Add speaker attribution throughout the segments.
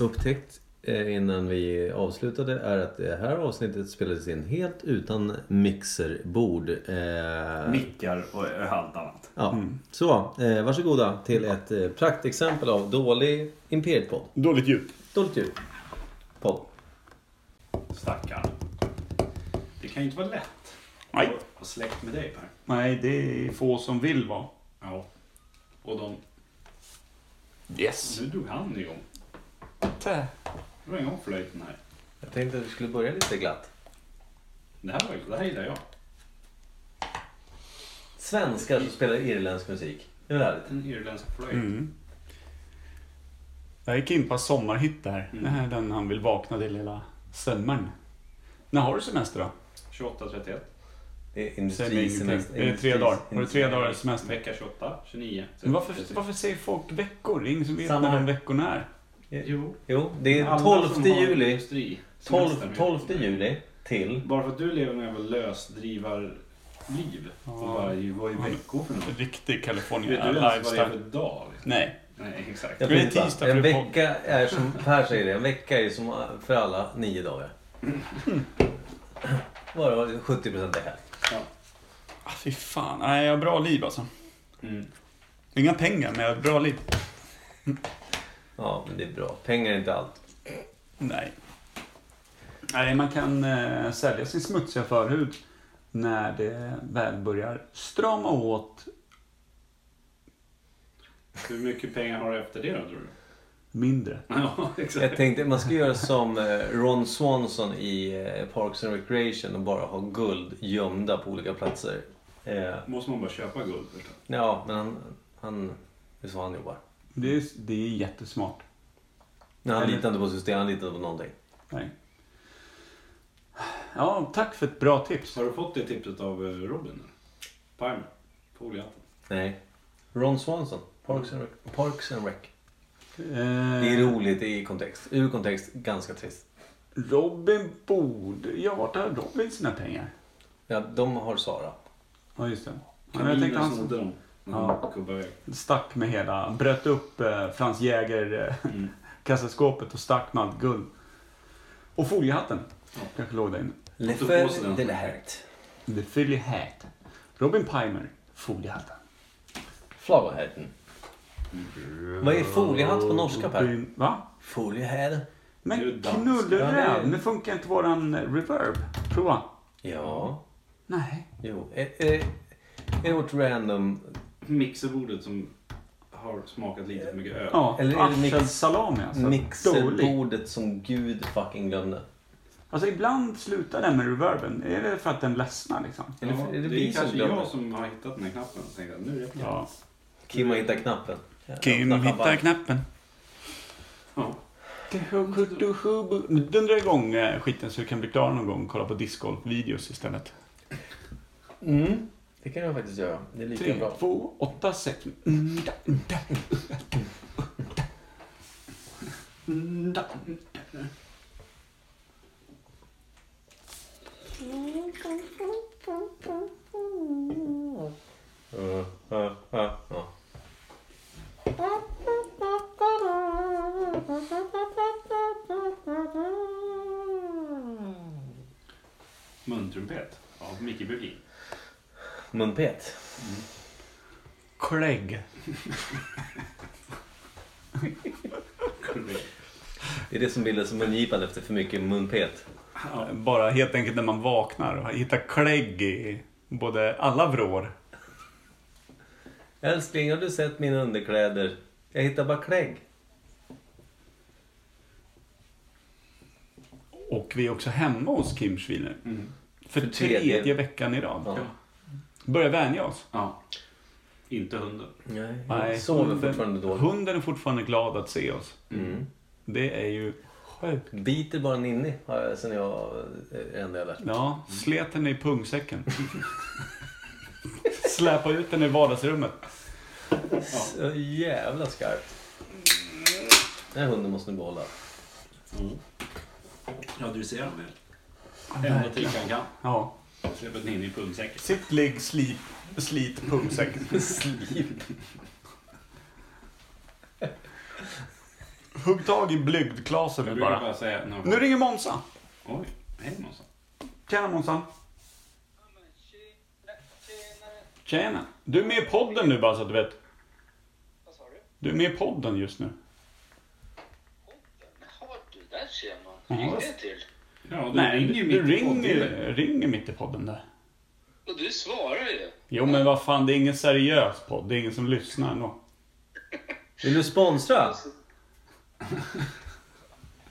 Speaker 1: upptäckt eh, innan vi avslutade är att det här avsnittet spelades in helt utan mixerbord. Eh,
Speaker 2: Mickar och allt annat.
Speaker 1: ja.
Speaker 3: mm.
Speaker 1: Så, eh, varsågoda till ett eh, praktexempel av dålig Imperiet-podd.
Speaker 4: Dåligt djup.
Speaker 1: Dåligt ljud. Podd.
Speaker 2: Stackarn. Det kan ju inte vara lätt
Speaker 3: Nej.
Speaker 2: att vara släkt med dig Per.
Speaker 3: Nej, det är få som vill vara.
Speaker 2: Ja. Och de...
Speaker 3: Yes.
Speaker 2: Nu drog han igång. Nu drog igång flöjten här.
Speaker 1: Jag tänkte att vi skulle börja lite glatt.
Speaker 2: Det här, var, det här gillar jag.
Speaker 1: Svenskar som spelar irländsk musik. Det är väl härligt?
Speaker 2: En irländsk flöjt.
Speaker 3: Mm. Det här är Kimpas sommarhit där. Det här är den han vill vakna till hela sommaren. När har du semester då?
Speaker 2: 28-31.
Speaker 1: Det är
Speaker 3: Säg mig
Speaker 1: industrisemester.
Speaker 3: ingenting. Är det tre dagar? Har du tre dagar semester?
Speaker 2: Vecka 28, 29.
Speaker 3: Men varför, varför säger folk veckor? Det är ingen som vet
Speaker 1: Samma
Speaker 3: när de
Speaker 1: här.
Speaker 3: veckorna är.
Speaker 2: Jo.
Speaker 1: Jo, det är
Speaker 2: Alla
Speaker 1: 12
Speaker 2: som har
Speaker 1: juli.
Speaker 2: industri-
Speaker 1: 12,
Speaker 2: semester vet.
Speaker 1: 12 juli till...
Speaker 2: Bara för att du lever något jävla lösdrivarliv.
Speaker 3: Ja.
Speaker 2: Och bara, ju- vad är veckor för något?
Speaker 3: Riktig
Speaker 2: Vet du
Speaker 3: California
Speaker 2: ens vad det är för
Speaker 3: lifestyle.
Speaker 2: dag? Liksom?
Speaker 3: Nej.
Speaker 2: Nej, exakt.
Speaker 1: Jag
Speaker 3: Det är
Speaker 1: vet inte.
Speaker 3: tisdag för
Speaker 1: en
Speaker 3: det är podd.
Speaker 1: vecka är som Per säger det, en vecka är som för alla nio dagar. Bara 70% är här.
Speaker 2: Ja.
Speaker 3: Ah, fy fan. Nej, jag har bra liv alltså.
Speaker 2: Mm.
Speaker 3: Inga pengar, men jag har ett bra liv.
Speaker 1: Ja, men det är bra. Pengar är inte allt.
Speaker 3: Nej. Nej, man kan eh, sälja sin smutsiga förhud när det väl börjar strama åt
Speaker 2: Hur mycket pengar har du efter det då, tror du?
Speaker 3: mindre.
Speaker 2: Ja, exakt.
Speaker 1: Jag tänkte man ska göra som eh, Ron Swanson i eh, Parks and Recreation och bara ha guld gömda på olika platser. Eh,
Speaker 2: Måste man bara köpa guld förstås?
Speaker 1: Ja, men han... han det är så han jobbar.
Speaker 3: Det är, det är jättesmart.
Speaker 1: Nej, han
Speaker 3: Eller-
Speaker 1: litar inte på system, han litar inte på någonting.
Speaker 3: Nej. Ja, tack för ett bra tips. Eh,
Speaker 2: Har du fått det tipset av eh, Robin? eller? Palmer? Foliehatten?
Speaker 1: Nej. Ron Swanson. Parks and Rec. Parks and Rec. Det är
Speaker 3: Eh,
Speaker 1: roligt i kontext. Ur kontext, ganska trist.
Speaker 3: Robin borde... Ja, vart har Robin sina pengar?
Speaker 1: Ja, de har Sara.
Speaker 3: Ja, just det. Ja, jag tänkte
Speaker 2: Kaninen
Speaker 3: han
Speaker 2: snodde
Speaker 3: som
Speaker 2: dem.
Speaker 3: Ja.
Speaker 2: Ja. Gubbar iväg.
Speaker 3: stack med hela... Bröt upp eh, Franz Jäger eh,
Speaker 2: Mm.
Speaker 3: kassaskåpet och stack med allt guld. Och foliehatten. Kanske låg där inne.
Speaker 1: Le
Speaker 2: tog på sig
Speaker 1: Fer
Speaker 2: den.
Speaker 1: de la Herte.
Speaker 3: The Philly Hat. Robin Pimer, foliehatten.
Speaker 1: Flowerhatten. Vad är foliehatt på norska, Per?
Speaker 3: Robin- Va?
Speaker 1: Foliehatt?
Speaker 2: Det är ju
Speaker 3: Men
Speaker 2: danskt.
Speaker 1: Ja, det är-
Speaker 3: knulleräv, nu funkar inte våran eh, reverb. Prova.
Speaker 1: Ja.
Speaker 3: Nej.
Speaker 1: Jo. Är, är, är vårt random...
Speaker 2: Mixerbordet som har smakat lite för mycket öl.
Speaker 3: Ja,
Speaker 1: Eller är det mix-
Speaker 3: apfelsalami alltså. Dålig.
Speaker 1: Mixerbordet som Gud fucking glömde.
Speaker 3: Alltså ibland slutar den med reverben. Är det för att den ledsnar liksom?
Speaker 2: Ja,
Speaker 1: Eller är det
Speaker 2: det,
Speaker 1: vi
Speaker 2: är
Speaker 1: som
Speaker 2: kanske
Speaker 1: glömmer?
Speaker 2: jag som har hittat den här knappen och tänkte att nu är det
Speaker 3: Ja.
Speaker 1: Kim har hittat knappen.
Speaker 3: Kim
Speaker 1: Öppna
Speaker 3: hittar
Speaker 1: champagne.
Speaker 3: knappen.
Speaker 2: Ja.
Speaker 3: Dundra igång eh, skiten så du kan bli klar någon gång och kolla på discgolf-videos istället.
Speaker 1: Mm. Det kan jag faktiskt göra. Det är lika
Speaker 3: Tre,
Speaker 1: bra.
Speaker 3: två, åtta, sex. Mm,
Speaker 1: Ja, ja, ja, Eh, ja.
Speaker 2: Muntrumpet av Micke Berlin.
Speaker 1: Munpet.
Speaker 3: Clegg.
Speaker 2: Korrekt.
Speaker 1: Det är det som bildas som mungipan efter för mycket munpet.
Speaker 3: Bara helt enkelt när man vaknar och hittar klägg i både alla vrår.
Speaker 1: Älskling, har du sett mina underkläder? Jag hittar bara klägg.
Speaker 3: Och vi är också hemma hos Kim Schwiner.
Speaker 2: Mm.
Speaker 3: För,
Speaker 1: För tredje-
Speaker 3: tredje. veckan i rad.
Speaker 1: Ja.
Speaker 3: Börjar vänja oss.
Speaker 2: Ja. Inte hunden.
Speaker 1: Nej, jag sover
Speaker 3: hunden-
Speaker 1: fortfarande dåligt.
Speaker 3: Hunden är fortfarande glad att se oss.
Speaker 1: Mm.
Speaker 3: Det är ju sjukt.
Speaker 1: Biter bara ninni har jag, sen jag eh, är enda jag lärt mig.
Speaker 3: Ja, slet henne i pungsäcken. Släpa ut henne i vardagsrummet.
Speaker 1: Så jävla skarpt. Den här hunden måste ni behålla.
Speaker 3: Mm.
Speaker 2: Ja, du ser honom väl? Ända till han kan.
Speaker 3: Ja.
Speaker 2: Släpper den in i pungsäcken.
Speaker 3: Sitt, ligg, slip, slit, pungsäck.
Speaker 1: Slip.
Speaker 3: Hugg tag i blygdklasen
Speaker 2: Jag
Speaker 3: nu
Speaker 2: brukar
Speaker 3: bara.
Speaker 2: bara säga någon
Speaker 3: Nu ringer Monsa.
Speaker 2: Oj, hej Månsson.
Speaker 3: Tjena Monsa. Tjena. Du är med i podden nu bara så att du vet.
Speaker 4: Vad sa du?
Speaker 3: Du är med i podden just nu.
Speaker 4: Jaha du, där ser man.
Speaker 3: Ja,
Speaker 4: Hur gick
Speaker 3: vad-
Speaker 4: det till?
Speaker 2: Ja, du
Speaker 3: Nej,
Speaker 2: ringer
Speaker 3: du,
Speaker 2: mitt
Speaker 3: du
Speaker 2: i podden.
Speaker 3: ringer, ringer mitt i podden där.
Speaker 4: Och du svarar ju.
Speaker 3: Jo men vad fan, det är ingen seriös podd. Det är ingen som lyssnar ändå.
Speaker 1: Vill du sponsra?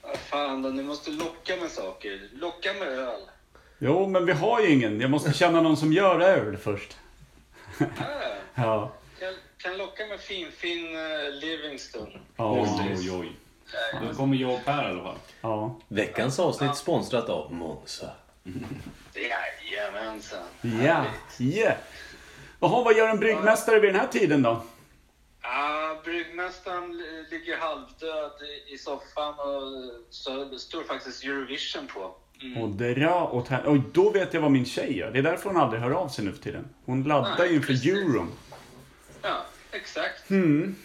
Speaker 4: Ah, Fan då, ni måste locka med saker. Locka med öl.
Speaker 3: Jo men vi har ju ingen. Jag måste känna någon som gör öl först.
Speaker 4: Ah,
Speaker 3: Ja.
Speaker 4: kan, kan locka med fin-fin eh, Livingston.
Speaker 3: Ja.
Speaker 2: Oj, oj, oj. Då kommer jobb här i alla fall.
Speaker 3: ja.
Speaker 1: Veckans avsnitt sponsrat av Monza.
Speaker 4: Jajamensan.
Speaker 3: Ja. ja. Jaha, vad gör en bryggmästare vid den här tiden då?
Speaker 4: Ah, bryggmästaren li- ligger halvdöd i- i soffan och så står faktiskt Eurovision på. Mm.
Speaker 3: Och dra åt här. Oj, då vet jag vad min tjej gör. Det är därför hon aldrig hör av sig nu för tiden. Hon laddar ju
Speaker 4: Nej,
Speaker 3: inför
Speaker 4: precis.
Speaker 3: euron.
Speaker 4: Ja, exakt.
Speaker 3: Mm.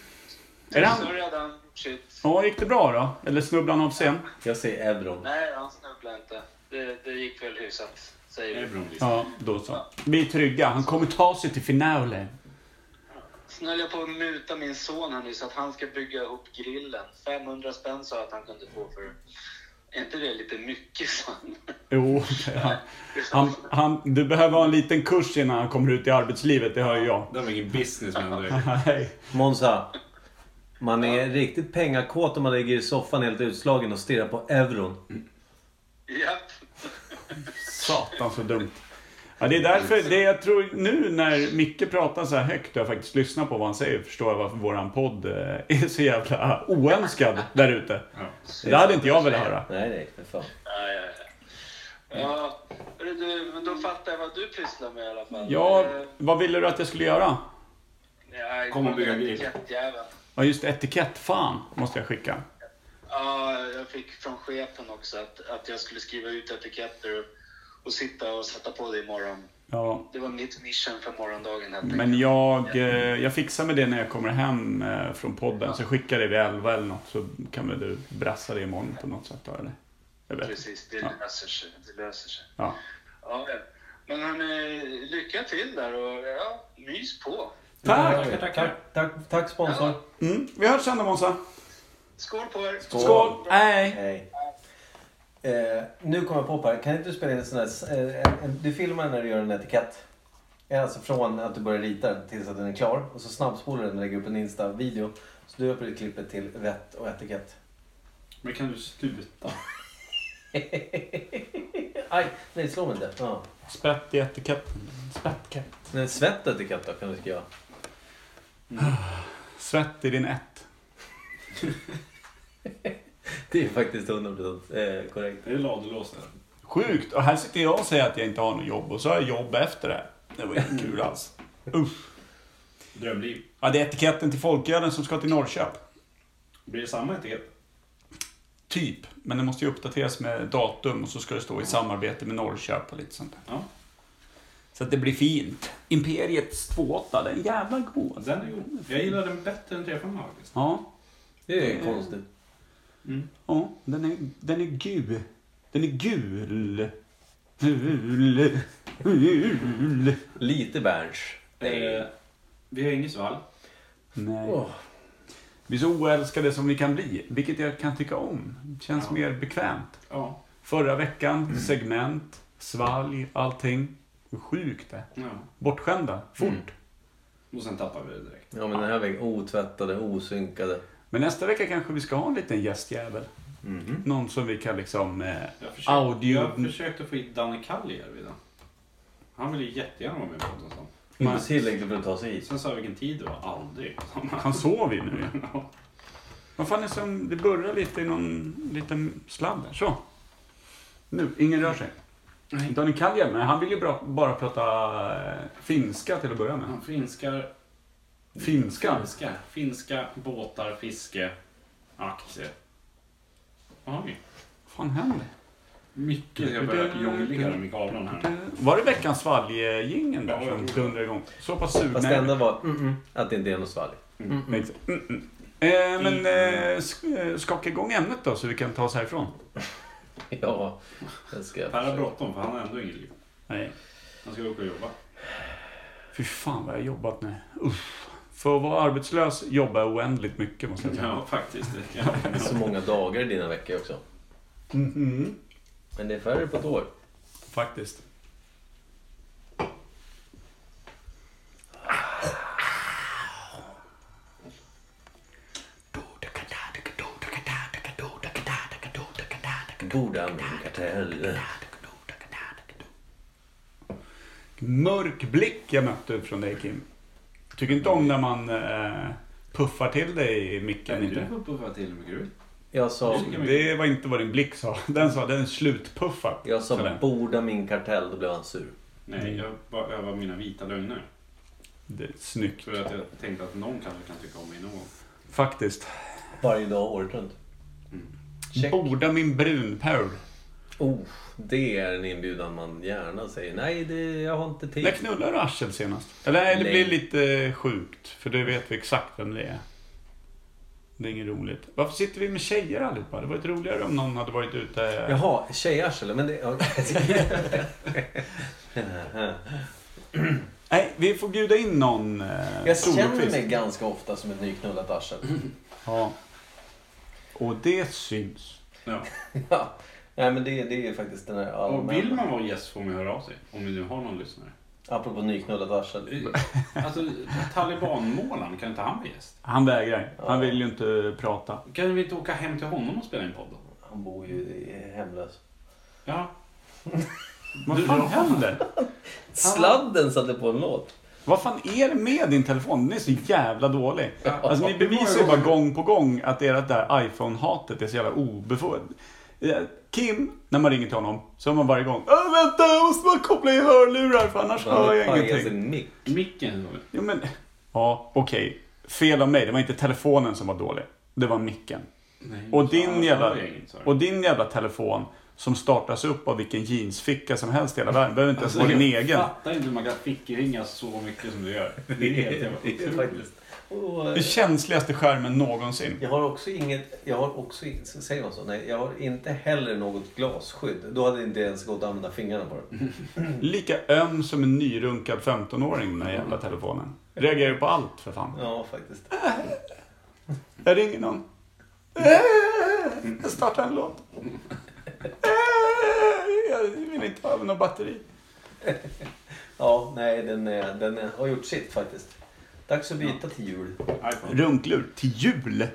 Speaker 3: Är det
Speaker 4: Så
Speaker 3: han?
Speaker 4: redan gjort sitt.
Speaker 3: Ja, gick det bra då? Eller snubblade han av scen?
Speaker 1: Jag säger euron.
Speaker 4: Nej, han snubblade inte. Det, det gick väl hyfsat,
Speaker 2: Det är
Speaker 4: säger vi.
Speaker 2: bra. Lisa.
Speaker 3: Ja, då så. Vi är trygga. Han kommer ta sig till finalen.
Speaker 4: Sen höll jag på att muta min son här nu så att han ska bygga ihop grillen. 500 spänn sa jag att han kunde få för Är inte det lite mycket, sa han?
Speaker 3: Jo, han, han, han, du behöver ha en liten kurs innan han kommer ut i arbetslivet, det hör ju jag.
Speaker 2: Det var ingen business med det.
Speaker 3: Nej.
Speaker 1: Monza. Man är riktigt pengakåt om man ligger i soffan helt utslagen och stirrar på euron.
Speaker 4: Japp.
Speaker 3: Satan så dumt. Ja, det är därför, det jag tror nu när Micke pratar så här högt och jag faktiskt lyssnar på vad han säger förstår jag varför våran podd eh, är så jävla oönskad där ute.
Speaker 2: Ja.
Speaker 3: Det hade inte jag velat höra.
Speaker 1: Nej, nej, för fan.
Speaker 4: Ja, ja, ja. Ja, hörru du, men då fattar jag vad du pysslar med i alla fall.
Speaker 3: Ja,
Speaker 4: Eh,
Speaker 3: vad ville du att jag skulle göra?
Speaker 4: Ja,
Speaker 2: Kom och bygga grill.
Speaker 4: etikettjäveln.
Speaker 3: Ja, just etikett. Fan, måste jag skicka.
Speaker 4: Ja, jag fick från chefen också att, att jag skulle skriva ut etiketter och, och sitta och sätta på det imorgon.
Speaker 3: Ja,
Speaker 4: Det var mitt mission för morgondagen helt enkelt.
Speaker 3: men jag, eh, jag fixar med det när jag kommer hem eh, från podden. Så skickar det vid 11 eller något så kan väl du brassa det imorgon på något sätt då, eller? Jag vet. inte.
Speaker 4: Precis, det
Speaker 3: Ja.
Speaker 4: löser sig. Det löser sig.
Speaker 3: Ja.
Speaker 4: Ja, ja. men hörni, lycka till där och ja, mys på.
Speaker 3: Tack!
Speaker 2: Tackar, tackar.
Speaker 1: Tack, tack, tack sponsor.
Speaker 4: Ja.
Speaker 3: Mm, vi hörs sen då Månsa.
Speaker 4: Skål på er!
Speaker 1: Skål.
Speaker 3: Skål! Hej!
Speaker 1: Hej. Eh, nu kommer jag på Per, kan inte du spela in en sån här... Eh, en- en- du filmar när du gör en etikett. Eh, Alltså från att du börjar rita den tills att den är klar. Och så snabbspolar du den och lägger upp en Insta-video. Så du öppnar klippet till rätt och etikett.
Speaker 2: Men kan du sluta?
Speaker 1: Aj, nej slå mig inte. Ja.
Speaker 3: Spett i etiketten. Spettkett.
Speaker 1: Nej, svett etikett då kan du skriva.
Speaker 3: Svett i din ett.
Speaker 1: Det är faktiskt 100% eh, korrekt.
Speaker 2: Är det ladulås där?
Speaker 3: Sjukt! Och här sitter jag och säger att jag inte har något jobb och så har jag jobb efter det. Det var inte kul alls. Usch.
Speaker 2: Drömliv.
Speaker 3: Ja, det är etiketten till folkölen som ska till Norrköp.
Speaker 2: Blir det samma etikett?
Speaker 3: Typ. Men den måste ju uppdateras med datum och så ska det stå i samarbete med Norrköp och lite sånt där.
Speaker 2: Ja.
Speaker 3: Så att det blir fint. Imperiets 2.8, den är jävla god. alltså.
Speaker 2: Den är god. Jag gillar den bättre än 3-5 faktiskt. Eh,
Speaker 3: Ja,
Speaker 1: Det är konstigt.
Speaker 2: Mm.
Speaker 3: ja den, är, den är gul. Den är gul. Gul. Gul.
Speaker 1: Lite bärs.
Speaker 2: Eh, vi har ingen svall.
Speaker 3: Nej.
Speaker 1: Åh.
Speaker 3: Vi är så oälskade som vi kan bli, vilket jag kan tycka om. Det känns
Speaker 2: Ja.
Speaker 3: mer bekvämt.
Speaker 2: Ja.
Speaker 3: Förra veckan, segment, svalg, allting. Hur Sjukt det.
Speaker 2: ja.
Speaker 3: Bortskämda, fort.
Speaker 1: Mm.
Speaker 2: Och sen tappar vi det direkt.
Speaker 1: Ja men den här vägen, otvättade, osynkade.
Speaker 3: Men nästa vecka kanske vi ska ha en liten gästjävel.
Speaker 1: Mhm.
Speaker 3: Någon som vi kan liksom... Eh,
Speaker 2: Jag försökte,
Speaker 3: Audio-
Speaker 2: jag försökte få hit Danne Kalli här vid den. Han ville ju jättegärna vara med på podden. sa han.
Speaker 1: Inte tillräckligt för att ta sig hit.
Speaker 2: Sen sa jag vilken tid det var. Aldrig.
Speaker 3: han sover ju nu ja. Vad fan är det som... Det burrar lite i någon liten sladd där. Så. Nu, ingen rör sig.
Speaker 2: Nej.
Speaker 3: Daniel Kalja, men han vill ju bra, bara prata eh, finska till att börja med.
Speaker 2: Han finskar
Speaker 3: Finska?
Speaker 2: Finska. Finska, båtar, fiske, aktier. Oj.
Speaker 3: fan händer?
Speaker 2: Mycket. Jag börjar jonglera med gavlan här.
Speaker 3: Eh, Var det veckans svalgjingen där
Speaker 2: Ja, jag
Speaker 3: som
Speaker 2: tror det.
Speaker 3: dundrade igång? Så pass sugna
Speaker 1: Fast
Speaker 3: är
Speaker 1: det enda var mm, mm, att det inte är något svalg.
Speaker 3: vi. Mm. Eh, men eh, sk- eh, skaka igång ämnet då så vi kan ta oss härifrån.
Speaker 1: Ja, det ska jag
Speaker 2: Per har
Speaker 1: försöka.
Speaker 2: bråttom för han har ändå inget liv.
Speaker 3: Nej.
Speaker 2: Han ska åka och jobba.
Speaker 3: Fy fan vad jag har jobbat nu. Uff. För att vara arbetslös jobbar jag oändligt mycket måste jag säga.
Speaker 2: Ja, faktiskt. Det kan jag.
Speaker 1: Det är så många dagar i dina veckor också.
Speaker 3: Mhm.
Speaker 1: Men det är färre på ett år.
Speaker 3: Faktiskt.
Speaker 1: Godan kartell.
Speaker 3: Mörk blick jag mötte från dig Kim. Tycker inte om när man eh, puffar till dig i
Speaker 2: Kan
Speaker 3: micken.
Speaker 2: inte
Speaker 3: Inte.
Speaker 2: du puffa till hur mycket du vill?
Speaker 1: Jag sa,
Speaker 3: Det var inte vad din blick sa. Den sa den är slutpuffad.
Speaker 1: jag
Speaker 3: sa
Speaker 1: sa
Speaker 3: den.
Speaker 1: borda min kartell, då blev han sur.
Speaker 2: Nej, jag bara övar mina vita lögner.
Speaker 3: Det är snyggt.
Speaker 2: För att jag tänkte att någon kanske kan tycka om mig någon gång.
Speaker 3: Faktiskt.
Speaker 1: Varje dag året runt. Mm. Check.
Speaker 3: Borda min brunperl.
Speaker 1: Oh, det är en inbjudan man gärna säger. Nej, det, jag har inte tid.
Speaker 3: När knullade du Aschel senast? Eller nej, det
Speaker 1: Nej.
Speaker 3: blir lite sjukt. För det vet vi exakt vem det är. Det är inget roligt. Varför sitter vi med tjejer allihopa? Det var varit roligare om någon hade varit ute...
Speaker 1: Jaha, tjejarsel. Men det... ja.
Speaker 3: Nej, vi får bjuda in någon. eh,
Speaker 1: jag känner
Speaker 3: solofist.
Speaker 1: mig ganska ofta som ett nyknullat arsel.
Speaker 3: Ja. Och det syns.
Speaker 2: Ja.
Speaker 1: Ja. Nej, men det, det är faktiskt den här
Speaker 2: Och
Speaker 1: allmänna...
Speaker 2: vill man vara gäst får man höra av sig. Om vi nu har någon lyssnare.
Speaker 1: Apropå nyknullat arsel.
Speaker 2: Alltså, talibanmålaren, kan inte han vara gäst?
Speaker 3: Han vägrar. Han vill ju inte prata.
Speaker 2: Kan vi inte åka hem till honom och spela in podd då?
Speaker 1: Han bor ju i- hemlös.
Speaker 2: Ja.
Speaker 3: Vad fan händer?
Speaker 1: Sladden satte på en låt.
Speaker 3: Vad fan är det med din telefon? Den är så jävla dålig.
Speaker 2: Ja.
Speaker 3: Alltså ni bevisar ju bara gång på gång att ert där iPhone-hatet är så jävla obefogat. Eh, Kim, när man ringer till honom, så har man varje gång Åh, vänta, jag måste bara koppla i hörlurar för annars
Speaker 1: Han
Speaker 3: hör
Speaker 1: hade
Speaker 3: jag
Speaker 1: pajat
Speaker 3: ingenting.
Speaker 1: sin mick.
Speaker 2: Micken då.
Speaker 3: Jo, men, ja, okej. Fel av mig. Det var inte telefonen som var dålig. Det var micken.
Speaker 2: Nej,
Speaker 3: Och
Speaker 2: så
Speaker 3: din,
Speaker 2: annars
Speaker 3: jävla,
Speaker 2: har jag inget, sa du.
Speaker 3: och din jävla telefon som startas upp av vilken jeansficka som helst i hela världen. behöver inte ens
Speaker 2: Alltså,
Speaker 3: vara din
Speaker 2: jag
Speaker 3: egen.
Speaker 2: fattar inte hur man kan fickringa så mycket som du gör. Det är helt jävla otroligt.
Speaker 1: Faktiskt. Och, eh,
Speaker 3: Den känsligaste skärmen någonsin.
Speaker 1: Jag har också inget, jag har också, in- säger man så? Nej, jag har inte heller något glasskydd. Då hade det inte ens gått att använda fingrarna på
Speaker 2: Mm.
Speaker 1: det.
Speaker 3: Lika öm som en nyrunkad 15-åring den här jävla telefonen. Reagerar ju på allt för fan.
Speaker 1: Ja, faktiskt.
Speaker 3: Jag ringer någon. Eh, Jag startar en låt. Eh, Jag vill inte ha något batteri.
Speaker 1: Ja, nej, den, är, den är, har gjort sitt faktiskt. Dags att byta till jul.
Speaker 2: iPhone.
Speaker 3: Runklur till jul.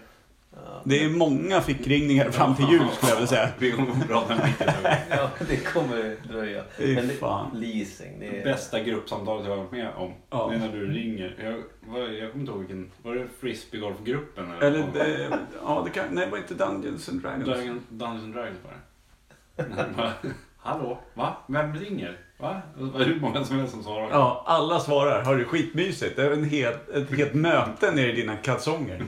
Speaker 3: Det är många fickringningar fram till jul skulle jag vilja säga.
Speaker 2: Vi kommer att prata om micken. här.
Speaker 1: Ja, det kommer dröja.
Speaker 3: Fy
Speaker 1: Men det,
Speaker 3: fan.
Speaker 1: leasing, det är...
Speaker 2: Bästa gruppsamtalet jag har varit med om.
Speaker 3: Ja.
Speaker 2: Det är när du ringer. Jag, var, jag kommer inte ihåg vilken. Var det frisbeegolfgruppen? Eller?
Speaker 3: Eller, eh, ja, det kan, nej, det var inte Dungeons and Dragons.
Speaker 2: Dragon, Dungeons and Dragons var det. När de bara, Hallå? Va? Vem ringer? Va? Och det var hur många som helst som svarade.
Speaker 3: Ja, alla svarar. Har du skitmysigt? Det är en helt, ett helt möte nere i dina kalsonger.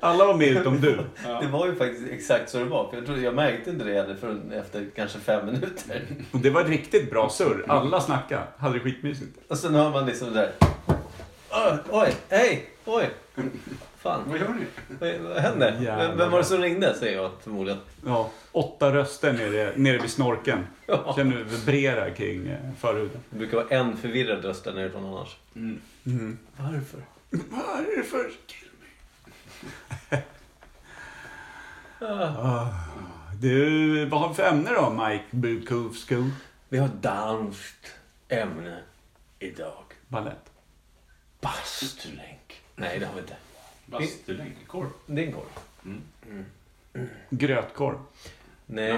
Speaker 3: Alla var med utom du.
Speaker 1: Det var ju faktiskt exakt så det var. För jag, trodde, jag märkte inte det heller förrän efter kanske fem minuter.
Speaker 3: Och det var ett riktigt bra surr. Alla snackade. Hade det skitmysigt.
Speaker 1: Och sen hör man liksom det där. Oj, Oj, hej, oj. Fan.
Speaker 2: Vad gör ni?
Speaker 1: Vad vad hände?
Speaker 3: Jävlar.
Speaker 1: Vem, vem var det som ringde? Säger jag förmodligen.
Speaker 3: Ja, åtta röster nere, nere vid snorken.
Speaker 1: Ja.
Speaker 3: Känner du vibrera kring eh, förhuden.
Speaker 1: Det brukar vara en förvirrad röst där nerifrån annars.
Speaker 3: Mm.
Speaker 1: Varför?
Speaker 3: Varför?
Speaker 1: Ah.
Speaker 3: Du, vad har vi för ämne då, Mike Bukowsko?
Speaker 1: Vi har danskt ämne idag.
Speaker 3: Ballett.
Speaker 1: Bastulänk. Nej, det har vi inte.
Speaker 2: Bastulänk? Korv?
Speaker 1: Det är en korv.
Speaker 3: Grötkorv.
Speaker 1: Nej.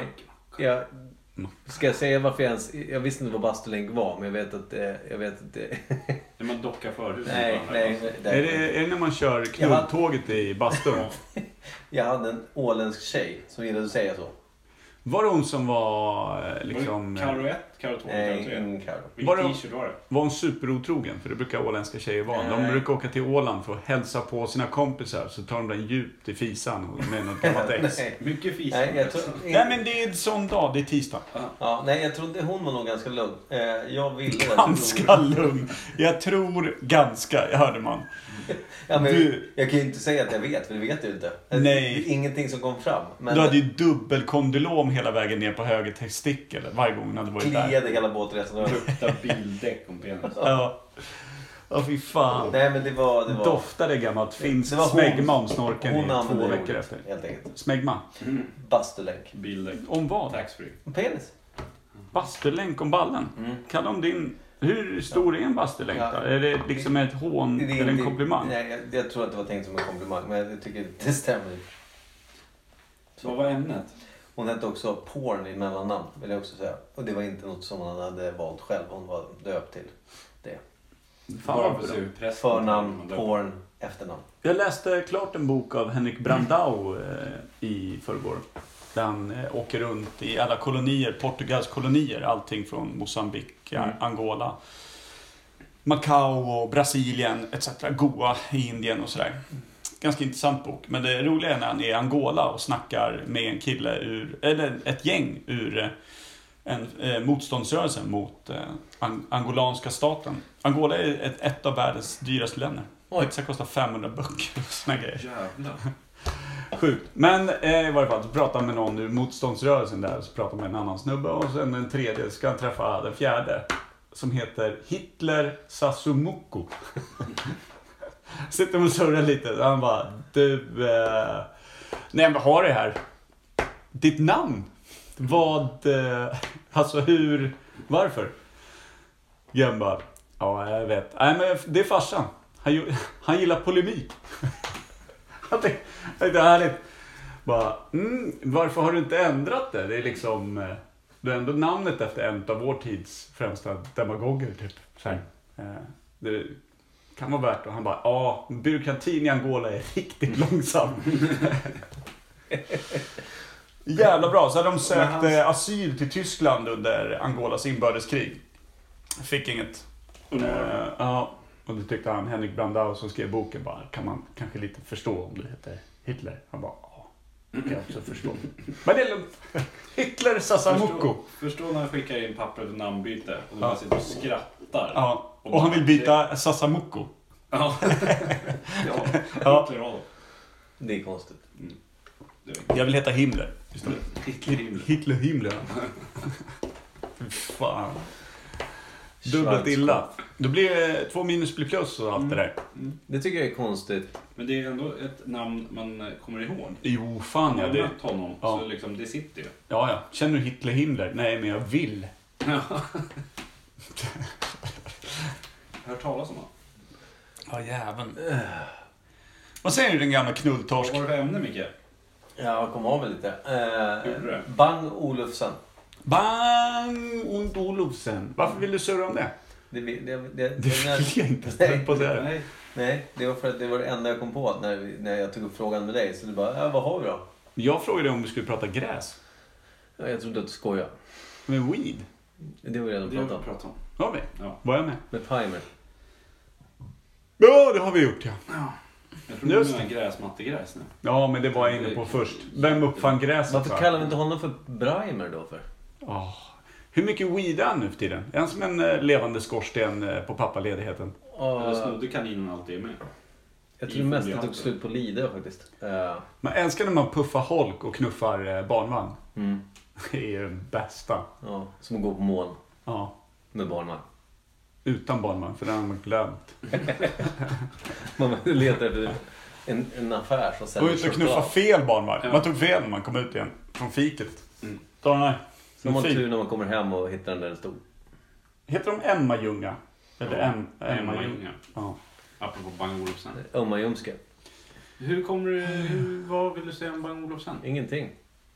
Speaker 1: Jag,
Speaker 3: Mm.
Speaker 1: ska jag säga varför jag ens... Jag visste inte vad bastulänk var, men jag vet att... Eh, jag vet att det...
Speaker 2: När man dockar förhuset.
Speaker 1: nej,
Speaker 2: på varandra.
Speaker 1: nej. det-
Speaker 3: Är det, är det när man kör knulltåget i bastun?
Speaker 1: Jag hade en åländsk tjej som gillade att säga så.
Speaker 3: Var det hon som var eh,
Speaker 2: Var
Speaker 3: liksom...
Speaker 2: det Karo 1, Karo 2, Karo
Speaker 1: Nej,
Speaker 2: 3?
Speaker 1: ingen Carro.
Speaker 3: Var det-
Speaker 2: Vilken t-shirt var det?
Speaker 3: Var hon superotrogen? För det brukar åländska tjejer vara. De
Speaker 1: Nej.
Speaker 3: brukar åka till Åland för att hälsa på sina kompisar. Så tar de den djupt i fisan och med något gammalt ex.
Speaker 1: Nej,
Speaker 2: Mycket fis.
Speaker 1: nej, jag tror...
Speaker 3: Nej men det är en sån dag. Det är tisdag.
Speaker 1: Ja, nej, jag trodde hon var nog ganska lugn. Eh, jag ville...
Speaker 3: Ganska lugn. Jag tror ganska, hörde man.
Speaker 1: Ja, men
Speaker 3: Du-
Speaker 1: Jag kan ju inte säga att jag vet, för det vet jag ju inte. Det är
Speaker 3: Nej.
Speaker 1: Ingenting som kom fram. Men
Speaker 3: Du hade ju dubbelkondylom hela vägen ner på höger testikel varje gång hon hade varit där.
Speaker 1: kliade hela båtresan över.
Speaker 2: Luktar bildäck om penis.
Speaker 3: Ja, ja fy fan.
Speaker 1: Nej men det var... Det var
Speaker 3: Doftade gammalt
Speaker 1: Det var
Speaker 3: finskt
Speaker 1: hon-
Speaker 3: smegma om snorken i
Speaker 1: hon använde
Speaker 3: två
Speaker 1: det
Speaker 3: veckor
Speaker 1: ordet,
Speaker 3: efter.
Speaker 1: Helt enkelt.
Speaker 3: Smegma?
Speaker 1: Bastulänk.
Speaker 2: Bildäck.
Speaker 3: Om vad?
Speaker 2: Taxfree.
Speaker 1: Penis.
Speaker 3: Bastulänk om ballen? Kalla om din... Hur stor är en bastulänk
Speaker 1: Ja.
Speaker 3: då? Är det liksom ett hån
Speaker 1: Det är
Speaker 3: eller en
Speaker 1: inte-
Speaker 3: komplimang?
Speaker 1: Nej, jag, jag tror att det var tänkt som en komplimang, men jag tycker inte det stämmer.
Speaker 2: Så vad var ämnet?
Speaker 1: Hon hette också Porn i mellannamn, vill jag också säga. Och det var inte något som hon hade valt själv, hon var döpt till det.
Speaker 3: Fan,
Speaker 2: Bara
Speaker 3: vad
Speaker 2: för att se
Speaker 3: bra.
Speaker 2: hur prästen-
Speaker 1: Förnamn, Porn, efternamn.
Speaker 3: Jag läste klart en bok av Henrik Brandau eh, i förrgår. Där han eh, åker runt i alla kolonier, Portugals kolonier, allting från Mozambique,
Speaker 2: Mm.
Speaker 3: Angola, Macao, och Brasilien etc. Goa i Indien och sådär. Ganska intressant bok. Men det roliga är när han är i Angola och snackar med en kille ur, eller ett gäng ur eh, en eh, motståndsrörelse mot eh, ang- angolanska staten. Angola är ett, ett av världens dyraste länder.
Speaker 1: Oj.
Speaker 3: Pizza kostar 500 böcker och såna grejer.
Speaker 2: Jävlar.
Speaker 3: Sjukt. Men eh, i varje fall, så pratar han med någon ur motståndsrörelsen där, så pratar han med en annan snubbe och sen en tredje, ska han träffa den fjärde. Som heter Hitler Sasumoko. Sitter och surrar lite, han bara, du... Eh, nej men har det här. Ditt namn? Vad, eh, alltså hur, varför? Jan bara, ja jag vet. Nej men det är farsan. Han, ju- han gillar polemik. Jag tänkte, jag tänkte härligt. Bara, mm, varför har du inte ändrat det? Det är liksom, eh, det är ändå namnet efter en av vår tids främsta demagoger typ. Så här. Eh, Det kan vara värt det. Och han bara, ja, byråkratin i Angola är riktigt långsam. Jävla bra. Så hade de sökt
Speaker 2: hans-
Speaker 3: eh, asyl till Tyskland under Angolas inbördeskrig. Fick inget. Eh, ja, och då tyckte han, Henrik Brandau som skrev boken, bara, kan man kanske lite förstå om du heter Hitler? Han bara, ja, det kan jag också förstå. Men det är lugnt. Hitler Sasamoko.
Speaker 2: Förstå, förstå när jag skickar in papper för namnbyte och de bara
Speaker 3: Ja.
Speaker 2: sitter och skrattar.
Speaker 3: Ja, och han vill byta Sasamoko.
Speaker 2: Ja. ja.
Speaker 3: Ja.
Speaker 2: Hitler Adolf.
Speaker 1: Det är konstigt.
Speaker 2: Det är
Speaker 3: Jag vill heta Himmler.
Speaker 2: Hitler Himmler.
Speaker 3: Hitler Himmler. Fy fan. Dubbelt illa. Mm. Då blir det två minus blir plus och allt det där.
Speaker 1: Det tycker jag är konstigt.
Speaker 2: Men det är ändå ett namn man eh, kommer ihåg.
Speaker 3: Jo, fan ja.
Speaker 2: Jag har
Speaker 3: Det,
Speaker 2: mött honom,
Speaker 3: Ja.
Speaker 2: så liksom, det sitter ju.
Speaker 3: ja, ja. Känner du Hitler Himmler? Nej, men jag vill.
Speaker 2: Hört talas om honom.
Speaker 3: Ja, jäveln. Eh. Vad säger du din gamla
Speaker 2: Vad
Speaker 3: knulltorsk?
Speaker 2: var det för ämne, Micke?
Speaker 1: Ja, kom av mig lite.
Speaker 2: Gjorde det?
Speaker 1: Eh, Bang Olufsen.
Speaker 3: Bang und Olufsen. Varför vill du surra om det?
Speaker 1: Det, det, det, det,
Speaker 3: Det vill jag inte
Speaker 1: Nej.
Speaker 3: ens på att säga. det.
Speaker 2: Nej.
Speaker 1: Nej, det var för att det var det enda jag kom på när, vi- när jag tog upp frågan med dig. Så du bara, ja, vad har vi då?
Speaker 3: Jag frågade om vi skulle prata gräs.
Speaker 1: Ja, Jag trodde att du skojade.
Speaker 3: Med weed.
Speaker 1: Det har vi redan
Speaker 2: Det har vi
Speaker 1: pratat om.
Speaker 2: pratat om.
Speaker 3: Har vi?
Speaker 2: Ja.
Speaker 3: Var jag med?
Speaker 1: Med primer.
Speaker 3: Ja, det har vi gjort ja.
Speaker 2: Jag tror
Speaker 3: Just
Speaker 2: du menar gräsmattegräs nu.
Speaker 3: Ja, men det var jag inne på först. Vem uppfann gräset?
Speaker 1: Varför
Speaker 3: va?
Speaker 1: kallar vi inte honom för Brimer då för?
Speaker 3: Åh. Hur mycket weed är han nu för tiden? Är han som en eh, levande skorsten eh, på pappaledigheten?
Speaker 2: Eller
Speaker 1: Uh,
Speaker 2: snodde kaninen alltid med.
Speaker 1: jag tror mest det tog slut på Lidö faktiskt. Eh,
Speaker 3: Man älskar när man puffar holk och knuffar eh, barnvagn.
Speaker 1: mm,
Speaker 3: Det är ju det bästa.
Speaker 1: ja, som att gå på moln
Speaker 3: Ja.
Speaker 1: med barnen.
Speaker 3: Utan barnvagn, för den har man glömt.
Speaker 1: Man letar efter en, en affär som
Speaker 3: Gå
Speaker 1: säljer
Speaker 3: ut och knuffa fel barnvagn.
Speaker 2: Ja.
Speaker 3: Man tog fel när man kom ut igen. Från fiket.
Speaker 2: Mm.
Speaker 3: Ta den här.
Speaker 1: Då har man
Speaker 3: Fin.
Speaker 1: tur när man kommer hem och hittar den där den stod.
Speaker 3: Heter de Emma-Ljunga? Eller em, Emma-Ljunga?
Speaker 2: Emma-Ljunga.
Speaker 3: Ja.
Speaker 2: Apropå Bang Olufsen.
Speaker 1: Ömma ljumske.
Speaker 2: Hur kommer du... Hur, vad vill du säga om Bang Olufsen?
Speaker 1: Ingenting.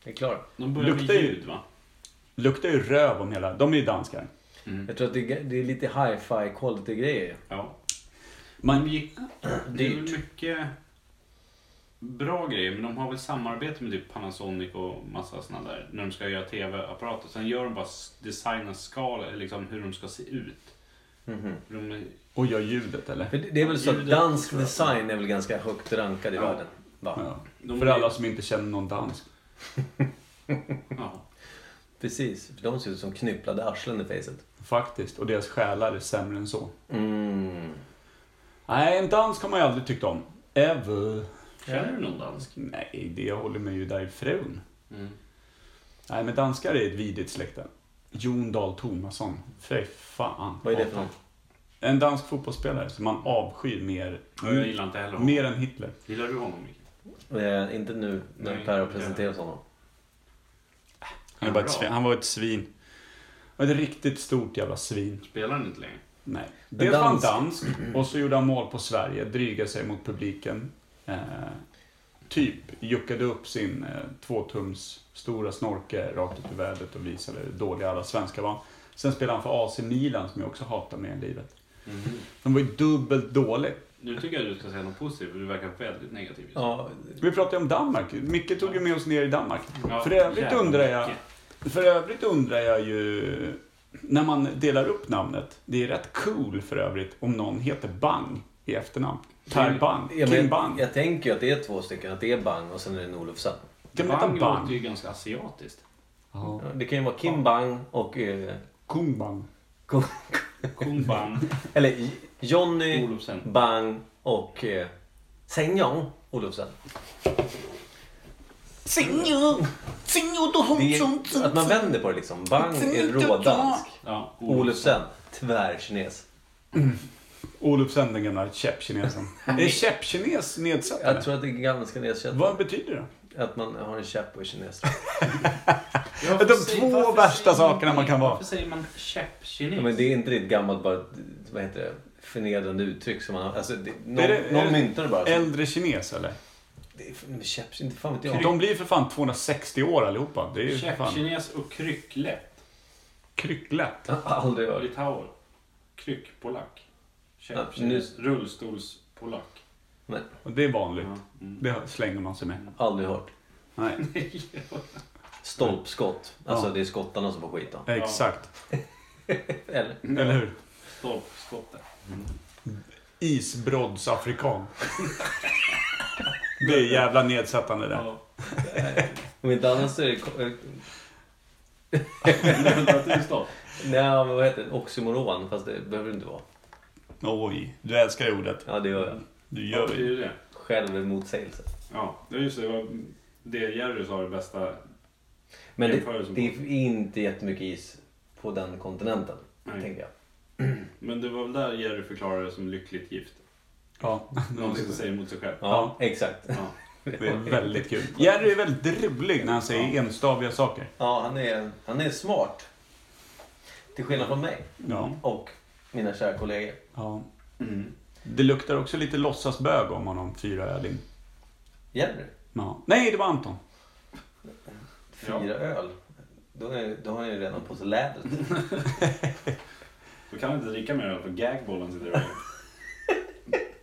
Speaker 1: Det är klart.
Speaker 2: De börjar
Speaker 3: Luktar
Speaker 2: med
Speaker 3: ju-
Speaker 2: ljud, va?
Speaker 3: Luktar ju röv om hela... De är ju danskar.
Speaker 1: Jag tror att det, är- det är lite hi-fi quality grejer.
Speaker 2: Mm. Ja.
Speaker 3: Man-
Speaker 2: de gick, det är väl mycket bra grejer, men de har väl samarbete med typ Panasonic och massa sådana där när de ska göra tv-apparater. Sen gör de bara s- designa skal, liksom hur de ska se ut.
Speaker 1: Mhm.
Speaker 2: De, är-
Speaker 3: Och gör ljudet eller?
Speaker 1: För det det är väl så att
Speaker 2: Ljudet-
Speaker 1: dansk design är väl ganska högt rankad i
Speaker 2: Ja.
Speaker 1: världen? Va?
Speaker 3: Ja.
Speaker 2: de
Speaker 3: För
Speaker 2: är-
Speaker 3: alla som inte känner någon dansk.
Speaker 2: Ja.
Speaker 1: Precis, för de ser ut som knypplade arslen i facet.
Speaker 3: Faktiskt. Och deras själar är sämre än så.
Speaker 1: Mm.
Speaker 3: Nej, en dansk har man ju aldrig tyckt om. Ever.
Speaker 2: Känner du någon dansk?
Speaker 3: Nej, det håller mig ju därifrån.
Speaker 2: Mm.
Speaker 3: Nej, men danskar är ett vidigt släkte. Jon Dahl Tomasson. Fy fan.
Speaker 1: Vad är det för något?
Speaker 3: En dansk fotbollsspelare som man avskyr mer,
Speaker 2: Ja, jag gillar inte heller honom.
Speaker 3: mer än Hitler.
Speaker 2: Gillar du honom, Micke?
Speaker 1: Eh, inte nu när
Speaker 2: Nej,
Speaker 1: Per har
Speaker 2: ja.
Speaker 1: presenterat honom.
Speaker 3: Han, är bara ett
Speaker 2: Bra.
Speaker 3: svin. han var ett svin. Han var ett riktigt stort jävla svin.
Speaker 2: Spelar han inte längre?
Speaker 3: Nej.
Speaker 1: Men
Speaker 3: Dels var han
Speaker 1: dansk-
Speaker 3: dansk och så gjorde han mål på Sverige, drygade sig mot publiken. Eh, typ juckade upp sin eh, tvåtums stora snorke rakt ut i vädret och visade hur dåliga alla svenskar var. Sen spelade han för AC Milan som jag också hatar mer än livet. De var ju dubbelt dåliga.
Speaker 2: Nu tycker jag att du ska säga något positivt, för du verkar väldigt negativ. just nu.
Speaker 1: Ja,
Speaker 3: Vi pratade ju om Danmark. Micke tog ju med oss ner i Danmark.
Speaker 2: Ja,
Speaker 3: För övrigt
Speaker 2: jävla
Speaker 3: undrar jag...
Speaker 2: mycket.
Speaker 3: För övrigt undrar jag ju, när man delar upp namnet, det är rätt cool för övrigt om någon heter Bang i efternamn. Per Bang,
Speaker 1: jag,
Speaker 3: Kim
Speaker 1: men,
Speaker 3: Bang.
Speaker 1: jag tänker ju att det är två stycken. Att det är Bang och sen är det en Olofsson.
Speaker 3: Kan man
Speaker 2: Bang
Speaker 3: heta
Speaker 2: låter ju
Speaker 3: Bang?
Speaker 2: ganska asiatiskt.
Speaker 3: Ja.
Speaker 1: Ja, Det kan ju vara Kim Bang och... Eh,
Speaker 3: Kung Bang.
Speaker 1: Ko-
Speaker 2: Kung Bang
Speaker 1: eller J- Johnny
Speaker 2: Olofsen.
Speaker 1: Bang och eh, Sengjong Olofsson.
Speaker 5: Senor, senor då
Speaker 1: Det
Speaker 5: hon som
Speaker 1: är, att man vänder på det liksom. Bang är rådansk.
Speaker 2: Ja, Olofsen.
Speaker 1: Olofsson, tvärkines.
Speaker 3: Olofsen, den gamla käppkinesen. Är käppkines
Speaker 1: Jag
Speaker 3: nedsättande?
Speaker 1: tror att det är ganska nedkött.
Speaker 3: Vad betyder det?
Speaker 1: Att man har en käpp och är kines.
Speaker 2: Ja,
Speaker 3: De
Speaker 2: varför säger-
Speaker 3: två
Speaker 2: varför
Speaker 3: värsta
Speaker 2: säger
Speaker 3: sakerna man kan vara.
Speaker 2: Varför säger man käppkines?
Speaker 1: Ja, men det är inte ett gammalt bara, vad heter det, förnedrande uttryck som man har. Alltså, det, någon,
Speaker 3: Är det- är
Speaker 1: någon
Speaker 3: det-
Speaker 1: myntar det bara.
Speaker 3: Äldre kines eller?
Speaker 1: Det är men käpps, inte fan vet jag.
Speaker 3: De blir för fan 260 år allihopa. Det är ju för fan
Speaker 2: Käppkines och krycklätt.
Speaker 3: krycklätt.
Speaker 1: Jag har aldrig hört.
Speaker 2: Litauer. Kryckpolack.
Speaker 1: Ja,
Speaker 2: Käppkines. Rullstolspolack.
Speaker 3: Och det är vanligt.
Speaker 2: Ja, mm.
Speaker 3: Det slänger man sig med.
Speaker 1: Aldrig hört.
Speaker 3: Nej,
Speaker 1: Stolpskott. Alltså
Speaker 3: Ja.
Speaker 1: det är skottarna som får skit då.
Speaker 3: exakt.
Speaker 1: Eller?
Speaker 3: Eller hur?
Speaker 2: Stolpskotte.
Speaker 3: Isbroddsafrikan. Det är jävla nedsättande det.
Speaker 2: Ja.
Speaker 1: Om inte annars så är det... ko- eh,
Speaker 2: Naturstopp.
Speaker 1: Nej, men vad heter det? Oxymoron. Fast det behöver det inte vara.
Speaker 3: Oj, du älskar det ordet.
Speaker 1: Ja, det gör jag.
Speaker 3: Du
Speaker 2: Ja,
Speaker 3: gör
Speaker 2: det är
Speaker 3: det.
Speaker 2: ju det.
Speaker 1: Självmotsägelse.
Speaker 2: Ja, det är just det. Det var det Jerry sa, det bästa.
Speaker 1: Men det,
Speaker 2: Jämförelse
Speaker 1: det är inte jättemycket is på den kontinenten.
Speaker 2: Nej.
Speaker 1: Tänker jag.
Speaker 2: Men det var väl där Jerry förklarade det som lyckligt gift.
Speaker 3: Ja,
Speaker 2: Någonting som säger emot sig själv.
Speaker 1: Ja, exakt.
Speaker 2: Ja.
Speaker 3: det är väldigt kul. Jerry är väldigt rolig när han säger enstaviga saker.
Speaker 1: Ja, han är, han är smart. Till skillnad från mig
Speaker 3: Ja.
Speaker 1: och mina kära kollegor.
Speaker 3: ja.
Speaker 2: Mm.
Speaker 3: Det luktar också lite låtsasbög om honom, fyra öling.
Speaker 1: Jerry,
Speaker 3: Ja. Nej, det var Anton.
Speaker 1: fyra öl. Då, är, då har han ju redan på sig lädret.
Speaker 2: Då kan man inte dricka mer öl för gagbollen sitter över.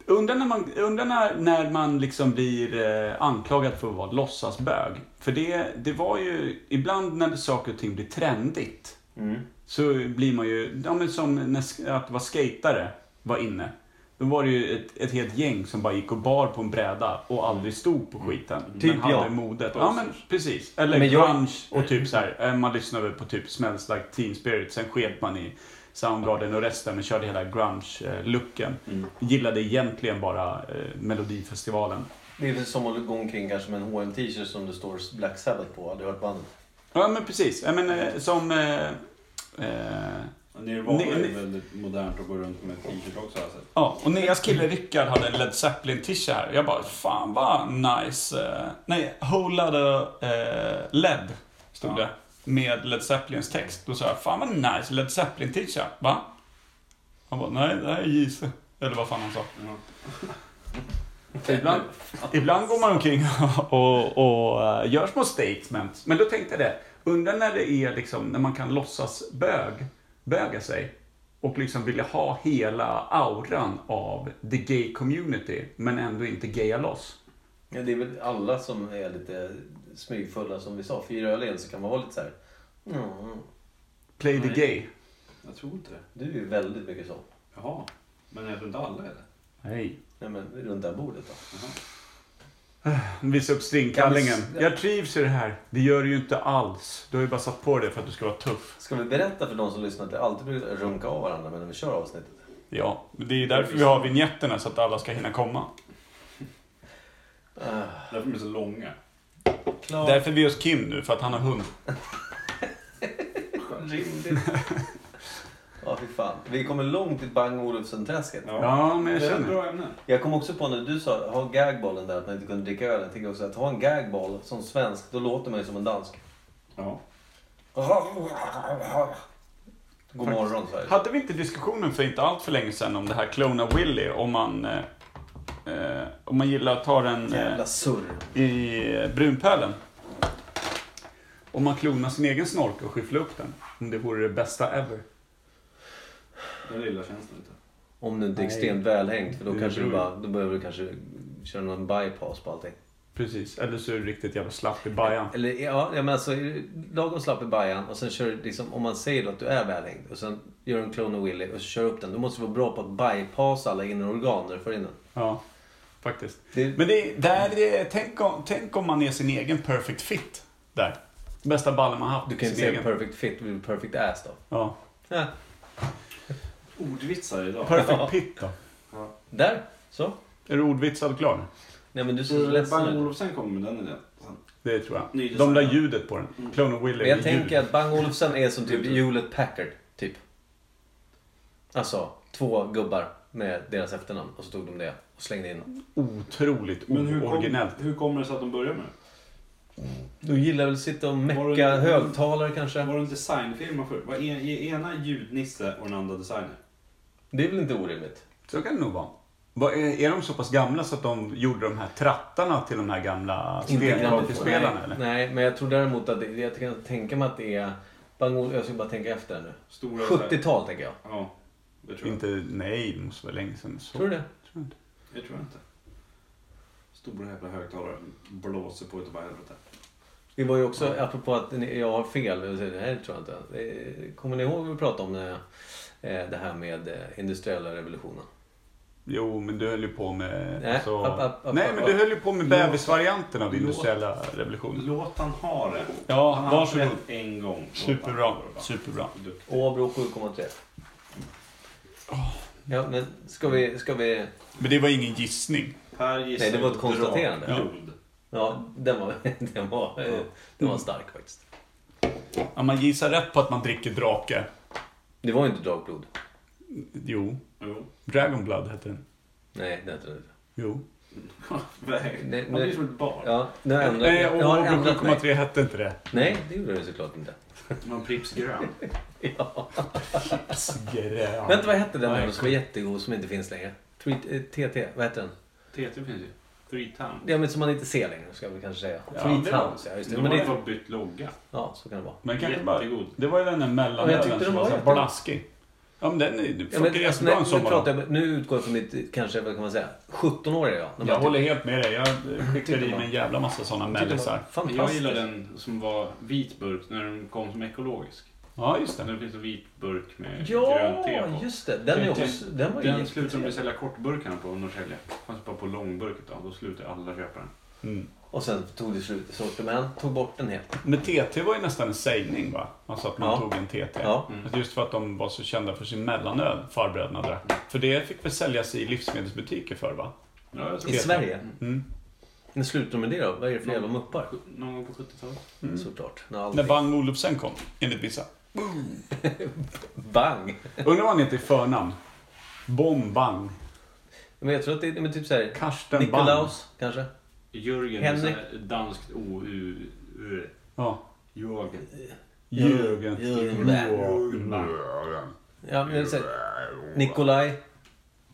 Speaker 3: Undrar när man, undrar när, när man liksom blir eh, anklagad för att vara låtsasbög. För det, det var ju, ibland när saker och ting blir trendigt.
Speaker 1: Mm.
Speaker 3: så blir man ju, ja men som när, sk- att vara skatare var inne. Då var det ju ett, ett helt gäng som bara gick och bar på en bräda och aldrig stod på skiten.
Speaker 1: Mm. Typ
Speaker 3: men hade
Speaker 1: jag.
Speaker 3: modet. Ja men precis. Eller
Speaker 1: Men jag-
Speaker 3: grunge och typ så här, eh, man lyssnade på typ Smells Like Teen Spirit, sen sket man i Soundgarden och resten men körde hela grunge-looken.
Speaker 1: Mm.
Speaker 3: Gillade egentligen bara eh, Melodifestivalen.
Speaker 1: Det är väl som att gå omkring kanske med en hm t-shirt som det står Black Sabbath på. Har du hört bandet?
Speaker 3: Ja men precis. Ja, men,
Speaker 1: Mm.
Speaker 3: eh, som... Eh, eh,
Speaker 2: Nirvana
Speaker 3: Ni-
Speaker 2: är
Speaker 3: ni-
Speaker 2: väldigt modernt att gå runt med t-shirt också har jag sett.
Speaker 3: Ja, och Neas kille Rickard hade en Led Zeppelin-tisha här. Jag bara, fan vad nice. eh, Nej, Whole Lotta eh, Led, stod
Speaker 2: Ja.
Speaker 3: det. Med Led Zeppelins text. Då sa jag, fan vad nice Led Zeppelin-tisha. Va? Han bara, nej det här är JC. Eller vad fan han sa.
Speaker 2: Ja.
Speaker 3: Ibland, ibland går man omkring och, och eh, gör små statements. Men då tänkte jag det, undrar när det är liksom, när man kan låtsas bög, böga sig och liksom vilja ha hela auran av the gay community, men ändå inte gaya loss.
Speaker 1: Ja, det är väl alla som är lite smygfulla som vi sa. Fyra öl in så kan man vara lite så här. Mm,
Speaker 3: Play the
Speaker 2: Nej.
Speaker 3: gay.
Speaker 2: Jag tror inte det.
Speaker 1: du är ju väldigt mycket så.
Speaker 2: Jaha. Men jag tror inte alla är det.
Speaker 3: Nej.
Speaker 1: Nej, men runt det här bordet då.
Speaker 3: Visa upp stringkallingen.
Speaker 1: Kan vi s-
Speaker 3: Jag trivs i det här. Det gör du ju inte alls. Du har ju bara satt på det för att du ska vara tuff.
Speaker 1: Ska vi berätta för de som lyssnar att det alltid brukar runka av varandra men när vi kör avsnittet?
Speaker 3: Ja, men det är därför vi har vignetterna så att alla ska hinna komma.
Speaker 1: Ah.
Speaker 2: Därför de är så långa.
Speaker 1: Klart.
Speaker 3: Därför är vi hos Kim nu, för att han har hund.
Speaker 1: Rimligt. Ja, fy fan. Vi kommer långt i Bang Olufsen-träsket.
Speaker 3: Ja, men jag
Speaker 2: det är ett
Speaker 3: känner.
Speaker 2: bra ämne.
Speaker 1: Jag kom också på när du sa ha gagbollen där, att man inte kunde dricka öl. Jag tänker också att ha en gagboll som svensk, då låter man ju som en dansk.
Speaker 2: Ja.
Speaker 1: God morgon Sverige.
Speaker 3: Hade vi inte diskussionen för inte allt för länge sedan om det här klona Willy, om man, eh, eh, om man gillar att ta den eh,
Speaker 1: Jävla surr.
Speaker 3: i eh, brunpölen? Om man klonar sin egen snork och skyfflar upp den. Om det vore det bästa ever.
Speaker 2: Den lilla tjänsten lite.
Speaker 1: Om du inte är
Speaker 3: Nej.
Speaker 1: extremt välhängt, för då,
Speaker 3: Det
Speaker 1: kanske du
Speaker 3: beror ju-
Speaker 1: bara, då behöver du kanske köra någon bypass på allting.
Speaker 3: Precis, eller så är du riktigt jävla slapp i bajan.
Speaker 1: Eller ja, jag menar så är det lagom slapp i bajan och sen kör du liksom, om man säger då att du är välhängd och sen gör du en klon och Willy och så kör du upp den. Då måste du vara bra på att bypassa alla inre organ när du får in den.
Speaker 3: Ja, faktiskt.
Speaker 1: Det-
Speaker 3: Men det, är- där är, tänk, om, tänk om man är sin egen perfect fit. Där. Bästa ballen man haft.
Speaker 1: Du kan ju
Speaker 3: sin
Speaker 1: inte säga
Speaker 3: egen.
Speaker 1: perfect fit, men perfect ass då.
Speaker 3: Ja.
Speaker 1: Ja.
Speaker 2: Ordvitsar idag.
Speaker 3: Perfect
Speaker 1: Ja.
Speaker 3: pit då.
Speaker 1: Där, så.
Speaker 3: Är du ordvitsad klar?
Speaker 1: Nej men du ser så
Speaker 2: Så Bang
Speaker 1: ledsen ut.
Speaker 2: Olufsen kommer med den idén. sen.
Speaker 3: Det tror
Speaker 2: Ny
Speaker 3: jag.
Speaker 2: design. Mm.
Speaker 3: De la ljudet på den. Clone of Willy
Speaker 1: Men jag
Speaker 3: med
Speaker 1: tänker
Speaker 3: ljud.
Speaker 1: att Bang Olufsen är som typ Hewlett Packard, typ. Alltså, två gubbar med deras efternamn och så tog de det och slängde in.
Speaker 3: Otroligt
Speaker 2: Men hur, kom,
Speaker 3: ooriginellt.
Speaker 2: hur kommer det sig att de börjar med det?
Speaker 1: De gillar väl att sitta och
Speaker 2: Var
Speaker 1: mecka
Speaker 2: det-
Speaker 1: högtalare
Speaker 2: Var
Speaker 1: kanske.
Speaker 2: det en designfirma förr? Var en, ena ljudnisse och den andra designer?
Speaker 1: Det är väl inte orimligt?
Speaker 3: Så kan det nog vara. Vad Är är de så pass gamla så att de gjorde de här trattarna till de här gamla
Speaker 1: spelarna
Speaker 3: stenhockeyspelarna? eller?
Speaker 1: Nej, men jag tror däremot att det, jag kan tänka mig att det är... Bang Olufsen, jag ska bara tänka efter här nu.
Speaker 2: Stora så här-
Speaker 1: 70-tal tänker jag.
Speaker 2: Ja, det tror jag.
Speaker 3: Inte, nej, det måste vara länge sedan. Så.
Speaker 1: Tror du det?
Speaker 3: Tror inte.
Speaker 2: Det tror jag inte. Stora jävla högtalare blåser på utav bara helvete.
Speaker 1: Vi var ju också, apropå att ni- jag har fel, jag säger, det här tror jag inte. Eh, Kommer ni ihåg vad vi pratade om när jag, eh, det här med eh, industriella revolutionen?
Speaker 3: Jo, men du höll ju på med...
Speaker 1: Nej,
Speaker 3: alltså-
Speaker 1: app, app, app,
Speaker 3: nej
Speaker 1: app,
Speaker 3: men
Speaker 1: app.
Speaker 3: du höll ju på med
Speaker 2: Låt-
Speaker 3: bebisvarianten av
Speaker 2: låt-
Speaker 3: industriella revolutionen.
Speaker 2: Låt han ha det.
Speaker 3: Ja,
Speaker 2: han har
Speaker 3: varsågod.
Speaker 2: rätt en gång. Låt
Speaker 3: Superbra.
Speaker 2: han ha det.
Speaker 3: Superbra.
Speaker 2: Duktig.
Speaker 1: Åbro 7,3. Ja, men ska vi, ska vi...
Speaker 3: Men det var ingen gissning.
Speaker 2: Per gissar
Speaker 1: Nej, det var ett
Speaker 2: på
Speaker 1: konstaterande.
Speaker 2: drakblod.
Speaker 1: Ja, den var, den var, eh, den var stark faktiskt.
Speaker 3: Ja, man gissar rätt på att man dricker drake.
Speaker 1: Det var ju inte dragblod.
Speaker 3: Jo.
Speaker 2: Jo.
Speaker 3: Dragon Blood hette den.
Speaker 1: Nej, det tror jag inte.
Speaker 3: Jo.
Speaker 2: Nej,
Speaker 1: Nej,
Speaker 2: Han blir
Speaker 1: men-
Speaker 2: som ett barn.
Speaker 1: Ja, nu har jag ändrat,
Speaker 3: Nej, och
Speaker 1: jag har
Speaker 3: Åbro
Speaker 1: ändrat mig.
Speaker 3: 7,3 hette inte det.
Speaker 1: Nej, det gjorde du såklart inte.
Speaker 2: Man Pripps grön.
Speaker 3: Skräp.
Speaker 1: Vänta, vad hette den
Speaker 3: Nej,
Speaker 1: ölen som var jättegod som inte finns längre? Tweet- eh, TT, vad hette den?
Speaker 2: TT finns ju. Three Town.
Speaker 1: Ja, men som man inte ser längre, ska vi kanske säga.
Speaker 3: Ja,
Speaker 1: Three
Speaker 3: det var-
Speaker 1: Towns, ja just det.
Speaker 2: De
Speaker 1: Men
Speaker 2: har ju
Speaker 1: det
Speaker 2: bara bytt logga.
Speaker 1: ja, så kan det vara.
Speaker 3: Men kanske bara,
Speaker 2: Jättegod.
Speaker 3: det var ju den där
Speaker 1: Ja, jag tyckte
Speaker 3: mellanölen
Speaker 1: den
Speaker 3: som var
Speaker 1: var
Speaker 3: så här
Speaker 1: jättegod.
Speaker 3: blaskig. Ja men den är- det
Speaker 1: Ja,
Speaker 3: funkar
Speaker 1: men,
Speaker 3: jättebra
Speaker 1: nej,
Speaker 3: en
Speaker 1: nu, pratar
Speaker 3: sommar.
Speaker 1: jag, nu utgår jag från mitt, kanske, vad kan man säga, 17-åriga jag. när man
Speaker 3: Jag
Speaker 1: typ-
Speaker 3: håller helt med dig. Jag skickade
Speaker 1: Tyckte
Speaker 3: i
Speaker 1: man-
Speaker 3: mig en jävla massa sådana
Speaker 1: tyckte det var
Speaker 3: mellisar.
Speaker 1: Fantastiskt.
Speaker 2: Jag gillar den som var vit burk när den kom som ekologisk.
Speaker 3: Ja, just det.
Speaker 2: Den finns en vit burk
Speaker 3: eh,
Speaker 2: med grönt te
Speaker 1: Ja,
Speaker 2: på.
Speaker 1: just det. Den, är också, den var ju
Speaker 2: Den slutade de
Speaker 1: jättetrevlig.
Speaker 2: sälja kortburkarna på i Norrtälje. Fanns bara på långburk ett tag. Då slutade alla köpa den.
Speaker 3: Mm.
Speaker 1: Och sen tog det slut i sortiment, tog bort den helt.
Speaker 3: Men TT var ju nästan en sägning va? Alltså att man
Speaker 1: Ja.
Speaker 3: tog en TT.
Speaker 1: Ja.
Speaker 3: Att Just för att de var så kända för sin mellanöl, farbröderna drack. För det fick väl säljas i livsmedelsbutiker förr va?
Speaker 2: Ja, jag
Speaker 1: I
Speaker 2: tror
Speaker 3: Vet
Speaker 2: det.
Speaker 1: Sverige.
Speaker 3: Mm.
Speaker 1: När slutade de med det då? Vad är det för jävla muppar?
Speaker 2: Någon gång på 70-talet.
Speaker 1: Såklart. När allt
Speaker 3: Mm. När Bang Olufsen kom, enligt vissa.
Speaker 1: Bang!
Speaker 3: Undrar vad han heter i förnamn? Bom Bang.
Speaker 1: Men jag tror att det är men typ såhär...
Speaker 3: Karsten Bang.
Speaker 1: Nikolaus, kanske?
Speaker 2: Jörgen är
Speaker 1: Henrik.
Speaker 2: så här danskt o u u
Speaker 3: Ja.
Speaker 2: Jörgen.
Speaker 3: Jürgen. Mm.
Speaker 1: Jürgen Bang. Ja, men jag säger Nikolaj.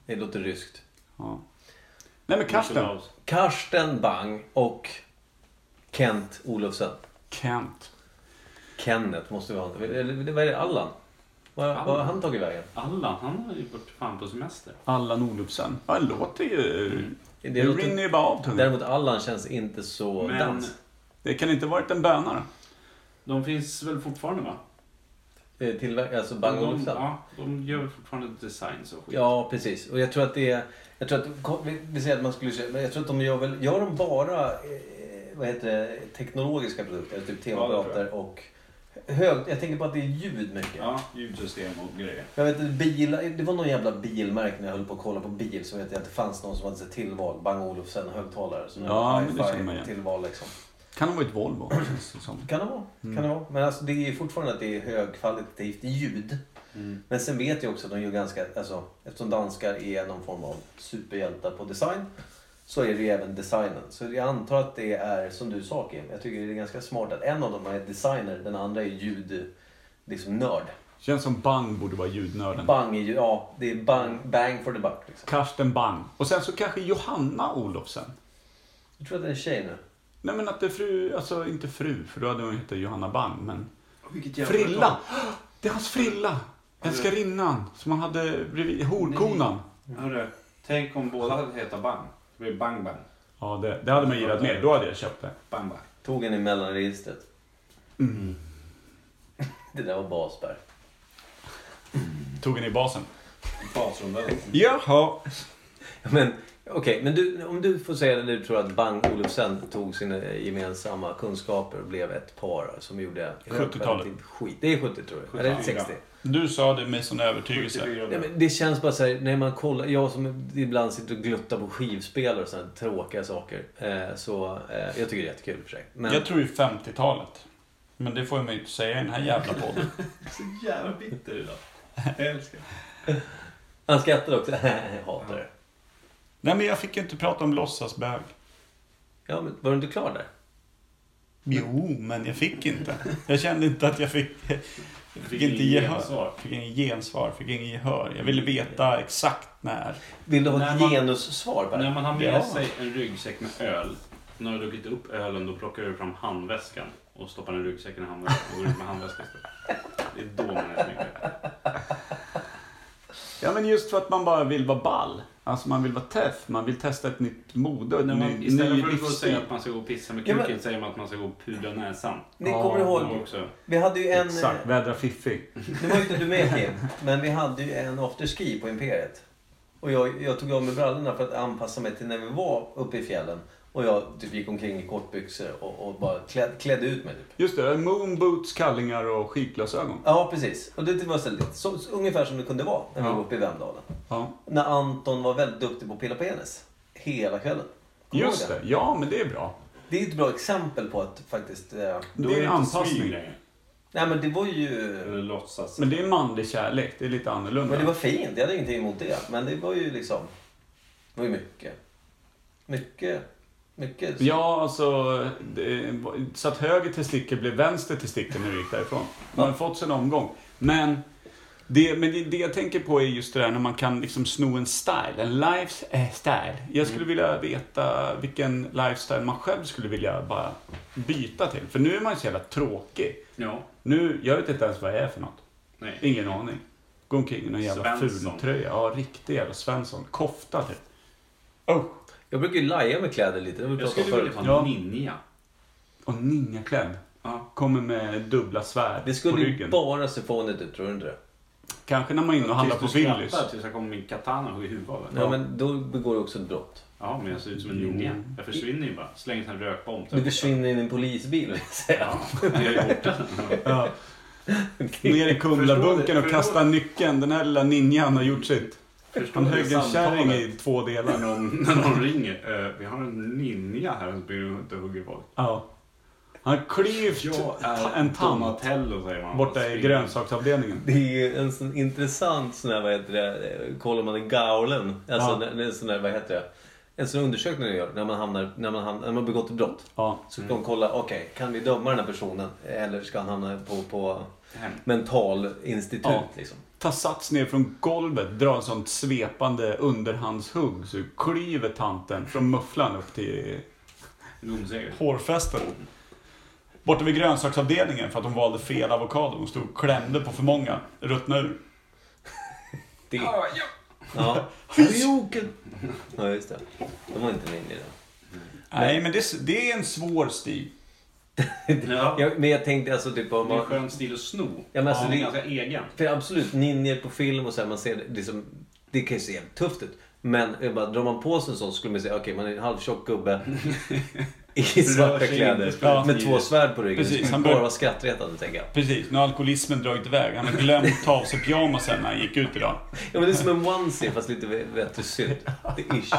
Speaker 1: Det låter ryskt.
Speaker 3: Ja. Nej men Karsten.
Speaker 2: Nikolaus.
Speaker 1: Karsten Bang och Kent Olofsen.
Speaker 3: Kent.
Speaker 1: Kenneth måste vi ha. Eller vad är det? Allan? Vad vad har han tagit vägen?
Speaker 2: Allan, han har ju varit fan på semester.
Speaker 3: Allan Olufsen. Ja, det låter ju...
Speaker 1: Det
Speaker 3: Det
Speaker 1: låter-
Speaker 3: rinner ju bara av tungan.
Speaker 1: Däremot Allan känns inte så
Speaker 2: Men-
Speaker 1: dans.
Speaker 3: Det kan inte varit en böna då?
Speaker 2: De finns väl fortfarande va?
Speaker 1: Eh, Tillverkare, alltså Bang
Speaker 2: de,
Speaker 1: Olufsen.
Speaker 2: Ja, de gör väl fortfarande designs och skit.
Speaker 1: Ja, precis. Och jag tror att det är... Jag tror att, kom- vi- vi säger att man skulle köpa, men jag tror att de gör väl, gör de bara eh, vad heter det, teknologiska produkter? Typ
Speaker 2: Ja, det tror jag.
Speaker 1: tv-apparater och högt. Jag tänker på att det är ljud mycket.
Speaker 2: Ja, ljudsystem och grejer.
Speaker 1: Jag vet, bil, det var någon jävla bilmärke när jag höll på att kolla på bil så vet jag att det fanns någon som hade sett tillval. Bang Olufsen högtalare. Så nu
Speaker 3: Ja,
Speaker 1: ja,
Speaker 3: men det känner man igen.
Speaker 1: tillval liksom.
Speaker 3: Kan ha varit Volvo, känns det som.
Speaker 1: Kan det vara. Kan det vara. Men alltså, det är fortfarande att det är högkvalitativt ljud. Men sen vet jag också att de gör ganska, alltså, eftersom danskar är någon form av superhjältar på design så är det ju även designen. Så jag antar att det är som du sa Kim, jag tycker det är ganska smart att en av dem är designer, den andra är ljud, liksom nörd.
Speaker 3: Känns som Bang borde vara ljudnörden.
Speaker 1: Bang är ju, ja det är bang, bang for the buck liksom.
Speaker 3: Karsten Bang. Och sen så kanske Johanna Olofsen.
Speaker 1: Jag tror att det är en tjej nu.
Speaker 3: Nej men att det är fru, alltså inte fru, för då hade hon hetat Johanna Bang, men...
Speaker 2: Vilket jävla
Speaker 3: Frilla! Det är hans frilla! Älskarinnan, som han hade bredvid, horkonan.
Speaker 2: Hörru, tänk om båda hade hetat Bang. Det blir Bang Bang.
Speaker 3: Ja, det, det hade man gillat mer. Då hade jag köpt det.
Speaker 2: Bang Bang.
Speaker 1: Tog en i mellanregistret. Det där var Basberg.
Speaker 3: Tog den i basen.
Speaker 2: Basrondellen.
Speaker 3: Jaha.
Speaker 1: Men okej, men du, om du får säga det du tror att Bang Olufsen tog sina gemensamma kunskaper och blev ett par som gjorde
Speaker 3: 70-talet.
Speaker 1: skit. Det är 70 tror jag. Eller 60.
Speaker 3: Du sa det med sån övertygelse.
Speaker 1: Nej, men det känns bara så här, när man kollar, jag som ibland sitter och gluttar på skivspelare och sådana tråkiga saker. Eh, så eh, jag tycker det är jättekul i och för sig. Men
Speaker 6: Jag tror ju 50-talet. Men det får man ju inte säga i den här jävla podden.
Speaker 2: Så jävla bitter idag. Jag älskar det.
Speaker 1: han skrattar också. Jag hatar det.
Speaker 6: Nej men jag fick ju inte prata om låtsasbög.
Speaker 1: Ja, men var du inte klar där?
Speaker 6: Jo, men jag fick inte. Jag kände inte att jag fick... Jag fick inte
Speaker 2: ingen
Speaker 6: gehör.
Speaker 2: gensvar.
Speaker 6: Fick ingen gensvar, fick ingen gehör. Jag ville veta exakt när.
Speaker 1: Vill du ha
Speaker 2: När
Speaker 1: ett
Speaker 2: man-
Speaker 1: genussvar på det?
Speaker 2: När man har med
Speaker 6: Ja.
Speaker 2: sig en ryggsäck med öl. När du har druckit upp ölen då plockar du fram handväskan och stoppar den i ryggsäcken i handväskan och går ut med handväskan istället. Det är då man är snygg.
Speaker 3: Ja, men just för att man bara vill vara ball. Alltså man vill vara teff, man vill testa ett nytt mode och
Speaker 2: När
Speaker 3: en
Speaker 2: man,
Speaker 3: ny,
Speaker 2: Istället
Speaker 3: ny
Speaker 2: för att gå och
Speaker 3: livsstil.
Speaker 2: säga att man ska gå och pissa med
Speaker 1: Ja,
Speaker 2: kuken
Speaker 1: men-
Speaker 2: säger man att man ska gå och pudra näsan.
Speaker 1: Ni kommer
Speaker 3: Ja,
Speaker 2: Det var
Speaker 1: ihåg,
Speaker 2: också
Speaker 1: vi hade ju en...
Speaker 3: Exakt, vädra fiffig.
Speaker 1: Nu var ju inte du med Kim, men vi hade ju en afterski på Imperiet. Och jag, jag tog av mig brallorna för att anpassa mig till när vi var uppe i fjällen. Och jag typ gick omkring i kortbyxor och, och bara kläd, klädde ut mig. Typ.
Speaker 3: Just det, moon boots, kallingar och skidglasögon.
Speaker 1: Ja, precis. Och det var så, lite- så, så, ungefär som det kunde vara när vi var uppe i Vemdalen.
Speaker 3: Ja.
Speaker 1: När Anton var väldigt duktig på att pilla penis. Hela kvällen. Kommer du
Speaker 3: Just
Speaker 1: ihåg
Speaker 3: det, ja men det är bra.
Speaker 1: Det är ett bra exempel på att faktiskt... Eh,
Speaker 2: Då
Speaker 3: det
Speaker 2: inte
Speaker 3: är en
Speaker 2: smyg
Speaker 3: anpassning.
Speaker 2: längre.
Speaker 1: nej, men det var ju...
Speaker 2: Eller låtsas.
Speaker 3: Men det är manlig kärlek, det är lite annorlunda.
Speaker 1: Men det var fint, jag hade ingenting emot det. Men det var ju liksom... Det var ju mycket. Mycket. Mycket.
Speaker 3: Ja, alltså, det, så att höger testikel blev vänster testikel när du gick därifrån. Man har fått sig en omgång. Men, det, men det, det jag tänker på är just det där när man kan liksom sno en style, en lifestyle. Jag skulle vilja veta vilken lifestyle man själv skulle vilja bara byta till. För nu är man ju så jävla tråkig.
Speaker 2: Ja,
Speaker 3: Nu, jag vet inte ens vad jag är för något.
Speaker 2: nej.
Speaker 3: Ingen aning. Gå omkring i någon jävla
Speaker 2: Svensson.
Speaker 3: fultröja. Ja, riktig jävla Svensson. Kofta typ. Oh.
Speaker 1: Jag brukar ju laja med kläder lite. Det har vi
Speaker 2: Jag
Speaker 1: pratat om
Speaker 2: skulle vilja
Speaker 1: förut.
Speaker 2: ha en
Speaker 3: Ja.
Speaker 2: ninja.
Speaker 3: Och ninjaklädd.
Speaker 2: Ja.
Speaker 3: Kommer med dubbla svärd
Speaker 1: Det
Speaker 3: på
Speaker 1: skulle ju
Speaker 3: ryggen.
Speaker 1: bara se fånigt ut, tror du inte det?
Speaker 3: Kanske när man är inne och handlar på
Speaker 2: Tills du
Speaker 3: Willys.
Speaker 2: skrattar tills jag kommer med min katana och hugger huvudet av dig.
Speaker 1: Ja, men då begår du också ett brott.
Speaker 2: Ja, men jag ser ut som en ninja. Jag försvinner ju bara. Slänger en sån här rökbomb.
Speaker 1: Du försvinner in i en polisbil, vill jag säga.
Speaker 2: Ja, jag är borta.
Speaker 3: Ja. Ner i Kumlabunkern och
Speaker 2: Förstår det.
Speaker 3: kasta nyckeln. Den här lilla ninjan har gjort sitt.
Speaker 2: Förstår
Speaker 3: Han
Speaker 2: det
Speaker 3: högg en kärring
Speaker 2: samtalet
Speaker 3: i två
Speaker 2: När
Speaker 3: delar.
Speaker 2: någon, när någon ringer. Eh, vi har en ninja här som springer runt och hugger folk.
Speaker 3: Ja. Han har klyvt ta- en tand
Speaker 2: Donatello säger man.
Speaker 3: borta i grönsaksavdelningen.
Speaker 1: Det är ju en sån intressant sån här, vad heter det, eh, kollar man i gaulen. Alltså,
Speaker 3: Ja.
Speaker 1: när- när en sån där, vad heter det? En sån undersökning du gör när man hamnar, när man hamnar, när man begått ett brott.
Speaker 3: Ja.
Speaker 1: Så ska de kolla, okej, kan vi döma den här personen? Eller ska han hamna på, på
Speaker 2: Hem.
Speaker 1: mentalinstitut
Speaker 3: Ja.
Speaker 1: liksom?
Speaker 3: Ta sats ner från golvet, dra en sånt svepande underhandshugg så klyver tanten från mufflan upp till
Speaker 2: Domseger.
Speaker 6: Hårfästen. Borta vid grönsaksavdelningen för att de valde fel avokado. De stod och klämde på för många. Ruttnade ur.
Speaker 1: Det. Ja, ja. ja. Ja, just det. De var inte med i
Speaker 6: Nej, men det, det är en svår stil.
Speaker 1: det.
Speaker 2: Ja.
Speaker 1: Jag, men jag tänkte alltså typ om
Speaker 2: Det är en
Speaker 1: man...
Speaker 2: skön stil att sno.
Speaker 1: Ja, men alltså,
Speaker 2: Ja,
Speaker 1: det-
Speaker 2: ganska egen.
Speaker 1: För absolut, ninjor på film och så här, man ser det, liksom, det kan ju se jävligt tufft ut. Men jag bara, drar man på sig en sån skulle man säga, okej man är en halvtjock gubbe. I svarta kläder.
Speaker 3: Ja.
Speaker 1: Med två svärd på ryggen.
Speaker 3: Precis,
Speaker 1: Precis,
Speaker 3: han
Speaker 1: han
Speaker 3: bör-
Speaker 1: bara var skrattretande tänker jag.
Speaker 3: Precis, nu har alkoholismen dragit iväg. Han har glömt ta av sig pyjamasen när han gick ut idag.
Speaker 1: Ja, men det är som en onesie fast lite vetussylt. Det är ish.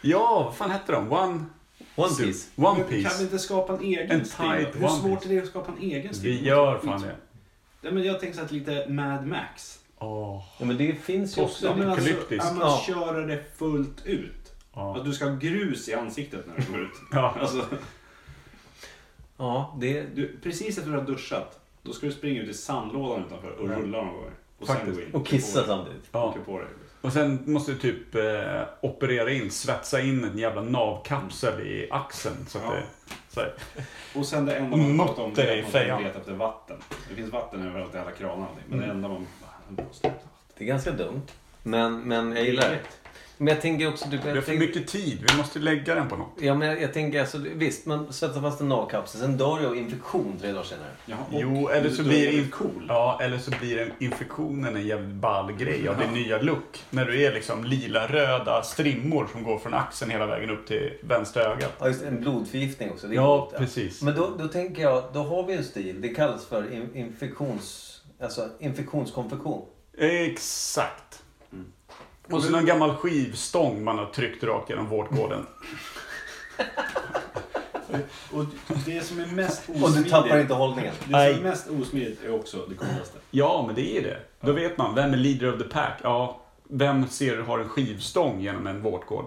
Speaker 3: Ja, vad fan hette de? One,
Speaker 1: One piece.
Speaker 3: One
Speaker 2: Men Kan vi
Speaker 3: Piece.
Speaker 2: inte skapa en egen
Speaker 3: En
Speaker 2: stil?
Speaker 3: tight
Speaker 2: Hur
Speaker 3: One
Speaker 2: svårt är
Speaker 3: Piece.
Speaker 2: det att skapa en egen stil?
Speaker 3: Vi gör fan det.
Speaker 2: Nej, men jag tänker så att lite Mad Max.
Speaker 3: Åh,
Speaker 1: Ja, men det finns ju också.
Speaker 2: Ja, men alltså, att
Speaker 3: Apokalyptiskt.
Speaker 2: man
Speaker 1: Ja.
Speaker 2: köra det fullt ut.
Speaker 3: Ja.
Speaker 2: Att du ska ha grus i ansiktet när du kommer ut.
Speaker 3: Ja.
Speaker 2: Alltså,
Speaker 1: Ja, det...
Speaker 2: du, precis efter du har duschat, då ska du springa ut i sandlådan utanför och rulla någon gång. Och sen
Speaker 3: Faktiskt.
Speaker 2: gå in.
Speaker 1: Och kissa samtidigt.
Speaker 3: Ja.
Speaker 2: Ja. På dig.
Speaker 3: Och sen måste du typ eh, operera in, svetsa in en jävla navkapsel i axeln. Så att
Speaker 2: Ja.
Speaker 3: det, så här.
Speaker 2: Och sen det enda man pratar om
Speaker 3: Mutter
Speaker 2: det
Speaker 3: i
Speaker 2: är att man ska
Speaker 3: fejan.
Speaker 2: leta efter vatten. Det finns vatten överallt i alla kranar och allting, Men det
Speaker 3: Mm.
Speaker 2: enda man... Fan,
Speaker 1: Det är ganska dumt. Men, men jag gillar det. Men jag tänker också... Typ,
Speaker 3: Vi har
Speaker 1: jag
Speaker 3: för
Speaker 1: tänker,
Speaker 3: mycket tid, vi måste lägga den på något.
Speaker 1: ja, men jag, jag tänker alltså, visst, man svetsar fast en navkapsel. Sen dör jag av infektion tre dagar senare.
Speaker 2: Jaha, och
Speaker 3: Jo, eller
Speaker 2: du-
Speaker 3: så
Speaker 2: du
Speaker 3: blir,
Speaker 2: är
Speaker 3: inf-
Speaker 2: cool.
Speaker 3: ja, eller så blir en infektionen en jävligt ball grej av din nya look. När du är liksom lila-röda strimmor som går från axeln hela vägen upp till vänstra ögat.
Speaker 1: Ja, just det, en blodförgiftning också. Det är
Speaker 3: Ja,
Speaker 1: coolt,
Speaker 3: precis.
Speaker 1: Men då, då tänker jag, då har vi en stil. Det kallas för in, infektions... Alltså infektionskonfektion.
Speaker 3: Exakt.
Speaker 1: Mm.
Speaker 3: Och så någon gammal skivstång man har tryckt rakt genom vårtgården.
Speaker 2: Och det som är mest osmidigt...
Speaker 1: Och du tappar inte hållningen.
Speaker 2: Det
Speaker 3: Nej.
Speaker 2: som är mest osmidigt är också det coolaste.
Speaker 3: Ja, men det är ju det. Då vet man, vem är leader of the pack? Ja, vem ser har en skivstång genom en vårtgård?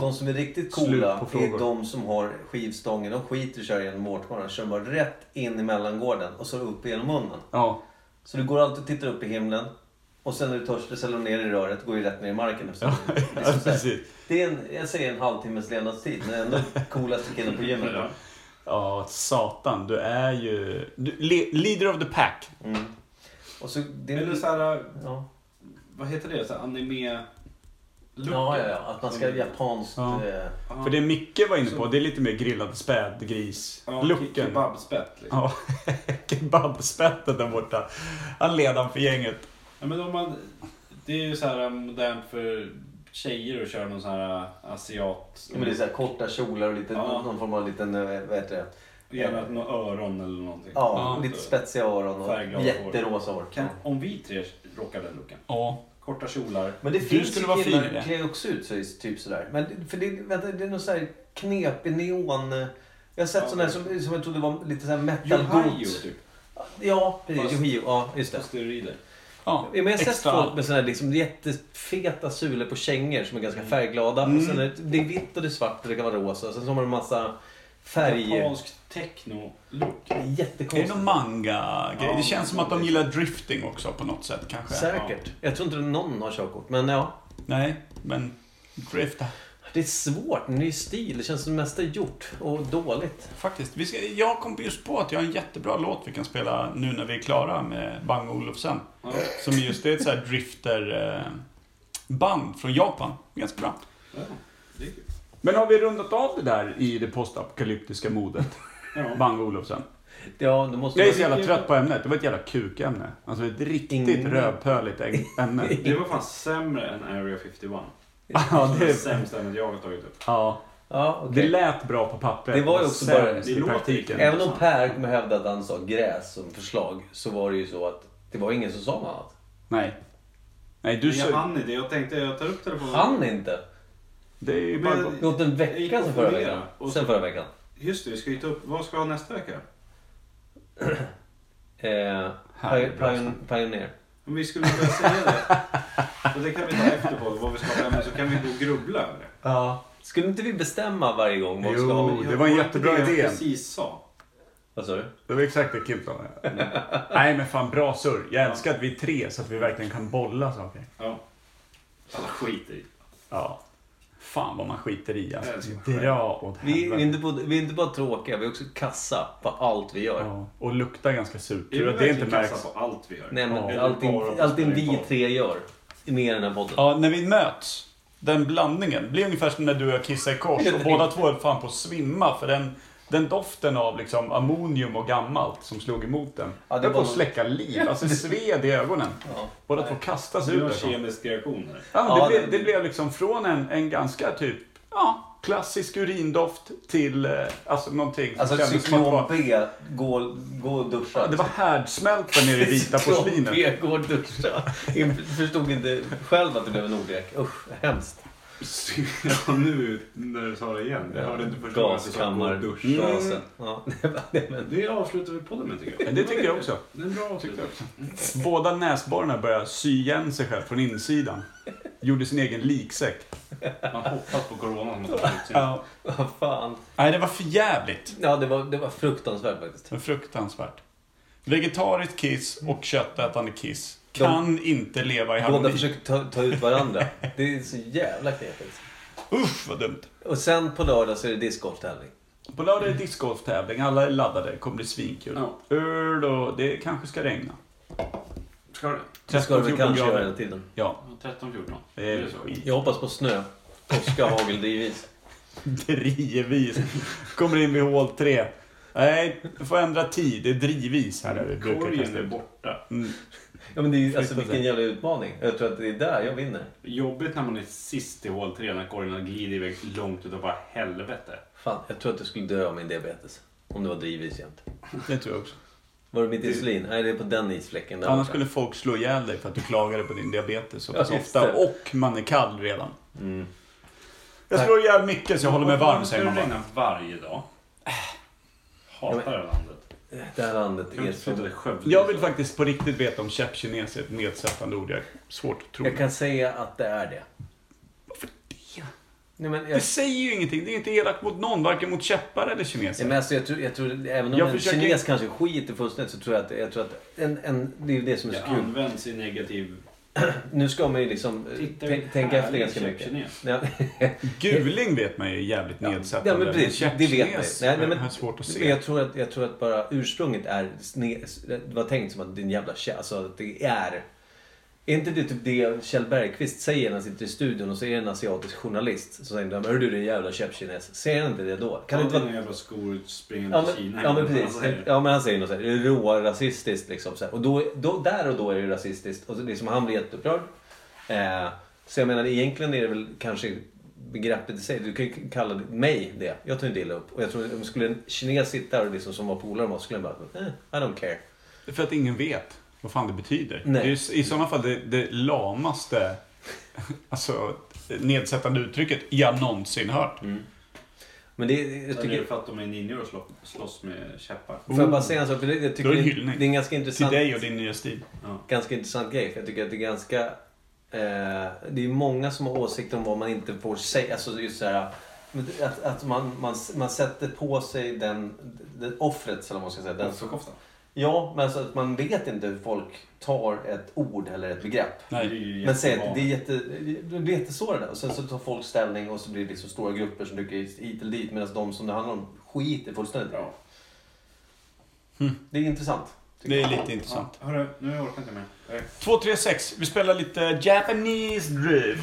Speaker 1: De som är riktigt
Speaker 3: Slut
Speaker 1: coola
Speaker 3: på frågor.
Speaker 1: är de som har skivstången. De skiter i att köra genom vårtgården. De kör bara rätt in i mellangården och så upp genom munnen.
Speaker 3: Ja,
Speaker 1: Så du går alltid och tittar upp i himlen. Och sen när du törstig ställer du ner i röret går ju rätt ner i marken. efter
Speaker 3: ja,
Speaker 1: det. Det är som så här-
Speaker 3: precis.
Speaker 1: Det är en, jag säger en halvtimmes levnadstid, men ändå coolaste killen på gymmet.
Speaker 2: Ja.
Speaker 3: Ja, satan. Du är ju... Du, le, leader of the pack.
Speaker 1: Mm. Och så, det
Speaker 2: Eller så här,
Speaker 1: ja.
Speaker 2: vad heter det? Så här, anime...
Speaker 1: Ja, ja, ja, att man ska
Speaker 2: Mm.
Speaker 1: japanskt...
Speaker 3: Ja.
Speaker 1: eh,
Speaker 2: Ja.
Speaker 3: För det Micke var inne på, det är lite mer grillad
Speaker 2: Ja, ke-
Speaker 3: spädgris-looken.
Speaker 2: Kebabspett liksom.
Speaker 3: Ja, kebabspettet där borta. Han ledaren för gänget.
Speaker 2: Ja, men om man, det är ju så här um, modernt för tjejer att köra någon sån här uh, asiat...
Speaker 1: ja, men det är så här korta kjolar och lite,
Speaker 2: Ja.
Speaker 1: någon form av liten, eh, vad heter det?
Speaker 2: Gärna några öron eller någonting.
Speaker 1: Ja,
Speaker 3: Ja.
Speaker 1: lite spetsiga öron och
Speaker 2: Färgglada
Speaker 1: jätterosa hår.
Speaker 2: Kan, om vi tre rockar den looken.
Speaker 3: Ja.
Speaker 2: Korta kjolar.
Speaker 1: Men det
Speaker 3: Du
Speaker 1: finns
Speaker 3: skulle
Speaker 1: ju
Speaker 3: vara fin
Speaker 1: killar
Speaker 3: i det.
Speaker 1: som klär också ut sig typ sådär. Men det- för det, vänta, det är någon sån här knepig neon... eh, Jag har sett
Speaker 2: Ja.
Speaker 1: sådana här som, som jag trodde var lite såhär metal
Speaker 2: Yohio
Speaker 1: goth.
Speaker 2: typ.
Speaker 1: Ja, precis.
Speaker 2: Fast-
Speaker 1: Yohio. Ja, just det.
Speaker 2: På steroider.
Speaker 3: ja.
Speaker 1: Ja, men jag har sett
Speaker 3: Extra.
Speaker 1: folk med såna här liksom jättefeta sulor på kängor som är ganska färgglada. Och sen är det, det är vitt och det är svart och det kan vara rosa. Sen så har man en massa färger.
Speaker 2: Japansk techno-look.
Speaker 1: Det är
Speaker 3: Är det
Speaker 1: Jättekonstigt.
Speaker 3: någon manga-grej?
Speaker 2: Ja,
Speaker 3: det känns som att de
Speaker 2: det-
Speaker 3: gillar drifting också på något sätt kanske.
Speaker 1: Säkert. Jag tror inte någon har körkort. Men ja,
Speaker 3: Nej, men drifta.
Speaker 1: det är svårt. Ny stil. Det känns som det mesta är gjort och dåligt.
Speaker 3: Faktiskt. Vi ska, jag kom just på att jag har en jättebra låt vi kan spela nu när vi är klara med Bang Olufsen.
Speaker 2: Ja.
Speaker 3: Som just är ett så här drifter-band från Japan. Ganska bra.
Speaker 2: Ja, det är kul.
Speaker 3: Men har vi rundat av det där i det postapokalyptiska modet?
Speaker 2: Ja.
Speaker 3: Bang Olufsen.
Speaker 1: Ja, det måste
Speaker 3: Jag är
Speaker 1: man-
Speaker 3: så jävla trött på ämnet. Det var ett jävla kukämne. Alltså ett riktigt
Speaker 1: Ingen-
Speaker 3: rövpöligt äg- ämne.
Speaker 2: Det var fan sämre än Area 51.
Speaker 3: Ja,
Speaker 2: Det är det
Speaker 3: det,
Speaker 2: sämsta ämnet jag har tagit upp.
Speaker 3: ja,
Speaker 1: Ja,
Speaker 3: det
Speaker 1: okej.
Speaker 3: lät bra på pappret.
Speaker 1: Det var ju också bara-
Speaker 3: sämst
Speaker 2: Det
Speaker 3: i
Speaker 2: låter-
Speaker 3: praktiken.
Speaker 1: Även om Per kommer hävda att han sa gräs som förslag så var det ju så att det var ingen som sa något annat.
Speaker 3: Nej. Nej, du
Speaker 2: Men jag
Speaker 3: sa...
Speaker 2: hann inte. Jag tänkte jag tar upp telefonen.
Speaker 1: Han inte!
Speaker 3: Det är ju
Speaker 2: Men-
Speaker 3: bara...
Speaker 1: Det har gått en
Speaker 2: Jag gick
Speaker 1: vecka
Speaker 2: och
Speaker 1: sen förra
Speaker 2: funderade.
Speaker 1: veckan.
Speaker 2: Och så-
Speaker 1: Sen förra veckan.
Speaker 2: Just det, vi ska ju ta upp. Vad ska vi ha nästa vecka?
Speaker 1: Eh,
Speaker 3: Här är
Speaker 1: Pi-
Speaker 3: bra
Speaker 1: Pion- Pioneer. Men
Speaker 2: Om vi skulle börja säga det. Och det kan vi ta efter på vad vi ska ha men så kan vi gå och grubbla över det.
Speaker 3: Ja.
Speaker 1: Skulle inte vi bestämma varje gång vad vi
Speaker 3: Jo.
Speaker 1: ska ha med?
Speaker 3: Oh, det var en
Speaker 2: Jag-
Speaker 3: jättebra
Speaker 2: det
Speaker 3: idé.
Speaker 2: Jag precis sa.
Speaker 1: Vad sa du?
Speaker 3: Det var exakt det Kim sa. Nej men fan bra surr. Jag älskar att vi är tre så att vi verkligen kan bolla saker.
Speaker 2: Ja. Alla skiter i.
Speaker 3: Ja. Fan vad man skiter i
Speaker 2: Jag
Speaker 3: alltså.
Speaker 2: älskar mig själv.
Speaker 3: Dra åt
Speaker 1: Vi är,
Speaker 3: helvete.
Speaker 1: inte både, vi är inte bara tråkiga, vi är också kassa på allt vi gör.
Speaker 3: Ja. Och luktar ganska surt.
Speaker 2: Är
Speaker 3: Tur
Speaker 2: vi
Speaker 3: att det inte
Speaker 2: verkligen kassa
Speaker 3: märks.
Speaker 2: på allt vi gör?
Speaker 1: Nej men
Speaker 3: Ja.
Speaker 1: allting, allting vi tre gör är med i den här podden.
Speaker 3: Ja, när vi möts. Den blandningen blir ungefär som när du och jag kissar i kors och båda två är fan på att svimma för den, den doften av liksom ammonium och gammalt som slog emot den.
Speaker 1: Ja, det
Speaker 3: det var
Speaker 1: var
Speaker 3: på att
Speaker 1: nog-
Speaker 3: släcka liv, alltså det sved i ögonen.
Speaker 1: Ja.
Speaker 3: Båda två kastas
Speaker 2: Du
Speaker 3: ut
Speaker 2: har
Speaker 3: därifrån.
Speaker 2: kemisk reaktion här.
Speaker 3: Ja, men
Speaker 1: Ja,
Speaker 3: det,
Speaker 1: det-
Speaker 3: blev, det blev liksom från en, en ganska typ, ja, klassisk urindoft till eh, alltså någonting som
Speaker 1: Alltså
Speaker 3: kändes som att det
Speaker 1: cyklon
Speaker 3: var...
Speaker 1: B, gå, gå och duscha.
Speaker 3: Det var härdsmälta nere i det vita
Speaker 1: Cyklon
Speaker 3: porslinet.
Speaker 1: B, gå och duscha. Jag förstod inte själv att det blev en ordlek. Usch, hemskt.
Speaker 2: Ja, nu när du sa det igen. Jag hörde inte första gången att du sa gå och alltså. duscha.
Speaker 1: Gasen. Mm. Ja, nej, men-
Speaker 2: Det avslutar vi podden med tycker jag.
Speaker 3: Mm. Det tycker jag också.
Speaker 2: Det är en bra avslutning.
Speaker 3: Båda näsborrarna började sy igen sig själv från insidan. Gjorde sin egen liksäck.
Speaker 2: Man hoppas på corona som har tagit sin.
Speaker 3: Ja.
Speaker 1: Vad fan.
Speaker 3: Nej, det var för jävligt.
Speaker 1: Ja, det var, det var fruktansvärt faktiskt.
Speaker 3: Det var fruktansvärt. Vegetariskt kiss och köttätande kiss kan inte leva i
Speaker 1: Båda
Speaker 3: harmoni.
Speaker 1: försöker ta, ta ut varandra. Det är så jävla knepigt.
Speaker 3: Usch, vad dumt.
Speaker 1: Och sen på lördag så är det discgolftävling.
Speaker 3: På lördag är det discgolftävling. Alla är laddade. Det kommer bli svinkul.
Speaker 2: Ja.
Speaker 3: Öl och... Det kanske ska regna.
Speaker 2: Ska det?
Speaker 1: Det ska det väl
Speaker 3: 13-14
Speaker 1: kanske
Speaker 3: grader.
Speaker 1: göra hela tiden.
Speaker 3: Ja.
Speaker 2: Ja, 13-14.
Speaker 3: Det är
Speaker 2: så.
Speaker 3: skit.
Speaker 1: Jag hoppas på snö. Torska hagel, det är vis.
Speaker 3: Drivis. Kommer in vid hål tre. Nej, du får ändra tid. Det är drivis här. där vi brukar
Speaker 2: Korgen
Speaker 3: kasta
Speaker 2: är
Speaker 3: ut.
Speaker 2: borta.
Speaker 1: Ja, men det är, ju- alltså,
Speaker 3: Fruktansvärt.
Speaker 1: vilken jävla utmaning. Jag tror att det är där jag vinner.
Speaker 2: Jobbigt när man är sist i hål 3 när korgen har glidit iväg långt utav bara helvete.
Speaker 1: Fan, jag tror att jag skulle dö av min diabetes. Om det var drivis jämt.
Speaker 3: Det tror jag också.
Speaker 1: Var det mitt insulin? Nej, det är på den isfläcken. Där
Speaker 3: Annars
Speaker 1: borta.
Speaker 3: skulle folk slå ihjäl dig för att du klagade på din diabetes så pass
Speaker 1: Ja, just
Speaker 3: ofta.
Speaker 1: det. Mm.
Speaker 3: Och man är kall redan. Jag slår ihjäl Micke så jag håller mig varm säger man
Speaker 2: Det
Speaker 3: bara.
Speaker 2: regnar varje dag. Hatar det här landet.
Speaker 1: Det här landet
Speaker 2: Kan vi
Speaker 1: är
Speaker 2: inte
Speaker 1: så...
Speaker 2: flytta till Skövde?
Speaker 3: Jag vill faktiskt på riktigt veta om käppkines är ett nedsättande ord. Jag har svårt att tro
Speaker 1: Jag
Speaker 3: det.
Speaker 1: kan säga att det är det. Nej, men jag...
Speaker 3: Det säger ju ingenting. Det är inte elakt mot någon, varken mot käppar eller
Speaker 1: Ja,
Speaker 3: kineser.
Speaker 1: men alltså, jag tror, jag tror, även om
Speaker 3: Jag
Speaker 1: en
Speaker 3: försöker-
Speaker 1: kines kanske skiter fullständigt så tror jag att, jag tror att en, en, det är ju det som är
Speaker 2: Det
Speaker 1: så kul.
Speaker 2: används i negativ...
Speaker 1: Nu ska man ju liksom eh,
Speaker 2: Titta,
Speaker 1: tän-
Speaker 2: en
Speaker 1: tänka efter
Speaker 2: härlig
Speaker 1: ganska mycket.
Speaker 2: köpkines.
Speaker 1: Ja,
Speaker 3: Guling vet man ju är jävligt nedsättande.
Speaker 1: ja, men precis, det vet man ju.
Speaker 3: Käppkines
Speaker 1: Nej, nej, men-
Speaker 3: har jag svårt att
Speaker 1: Men
Speaker 3: se.
Speaker 1: jag tror, att, jag tror att bara ursprunget är... sne- Det var tänkt som att din jävla kä- Alltså att det är... Är inte det typ det Kjell Bergqvist säger när han sitter i studion och så är det en asiatisk journalist som säger Hör du din jävla käppkines. Säger han inte det då? Kan
Speaker 2: Kan
Speaker 1: det
Speaker 2: du
Speaker 1: inte
Speaker 2: ta
Speaker 1: vara
Speaker 2: dina jävla skor springande
Speaker 1: Ja
Speaker 2: till
Speaker 1: men, ja, men
Speaker 2: Kina? Alltså, Eller
Speaker 1: precis.
Speaker 2: vad säger du?
Speaker 1: Ja, men han säger något så här, rårasistiskt liksom. Så här. Och då, då, där och då är det rasistiskt. Och så liksom, han blir jätteupprörd. Eh, så jag menar egentligen är det väl kanske begreppet i sig. Du kan ju kalla det- mig det. Jag tar inte illa upp. Och jag tror om skulle en kines sitta där och liksom, som var polare med oss skulle han bara, eh, I don't care.
Speaker 3: För att ingen vet vad fan det betyder.
Speaker 1: Nej.
Speaker 3: Det är ju s- i sådana fall det, det lamaste alltså, nedsättande uttrycket jag någonsin hört.
Speaker 1: Men det, jag
Speaker 2: Ja, Det är
Speaker 1: tycker...
Speaker 2: för att de är ninjor och slå- slåss med käppar.
Speaker 1: Får jag bara säga en sak? För det, jag tycker
Speaker 3: Då är
Speaker 1: det,
Speaker 3: det
Speaker 1: det
Speaker 3: hyllning.
Speaker 1: är en ganska
Speaker 3: Till
Speaker 1: intressant...
Speaker 3: dig och din nya stil.
Speaker 1: ganska intressant grej. För jag tycker att det är ganska... Eh, det är många som har åsikter om vad man inte får säga. Alltså just så här, men det- att, att man, man, man sätter på sig den, den offret, eller vad man ska säga. Den,
Speaker 2: Offerkofta.
Speaker 1: ja, men alltså att man vet inte hur folk tar ett ord eller ett begrepp.
Speaker 2: Det är
Speaker 3: Nej.
Speaker 2: ju
Speaker 1: Men säg att det
Speaker 2: jättevanligt.
Speaker 1: är jätte, det blir jättesårande. Och sen så tar folk ställning och så blir det liksom stora grupper som tycker hit eller dit. Medan de som det handlar om skiter fullständigt
Speaker 2: Ja.
Speaker 1: Det är intressant. tycker
Speaker 3: Det är
Speaker 1: jag.
Speaker 3: lite intressant.
Speaker 2: Ja, hörru, nu orkar jag inte mer. Nej.
Speaker 1: Mm.
Speaker 3: 236. Vi spelar lite Japanese drift.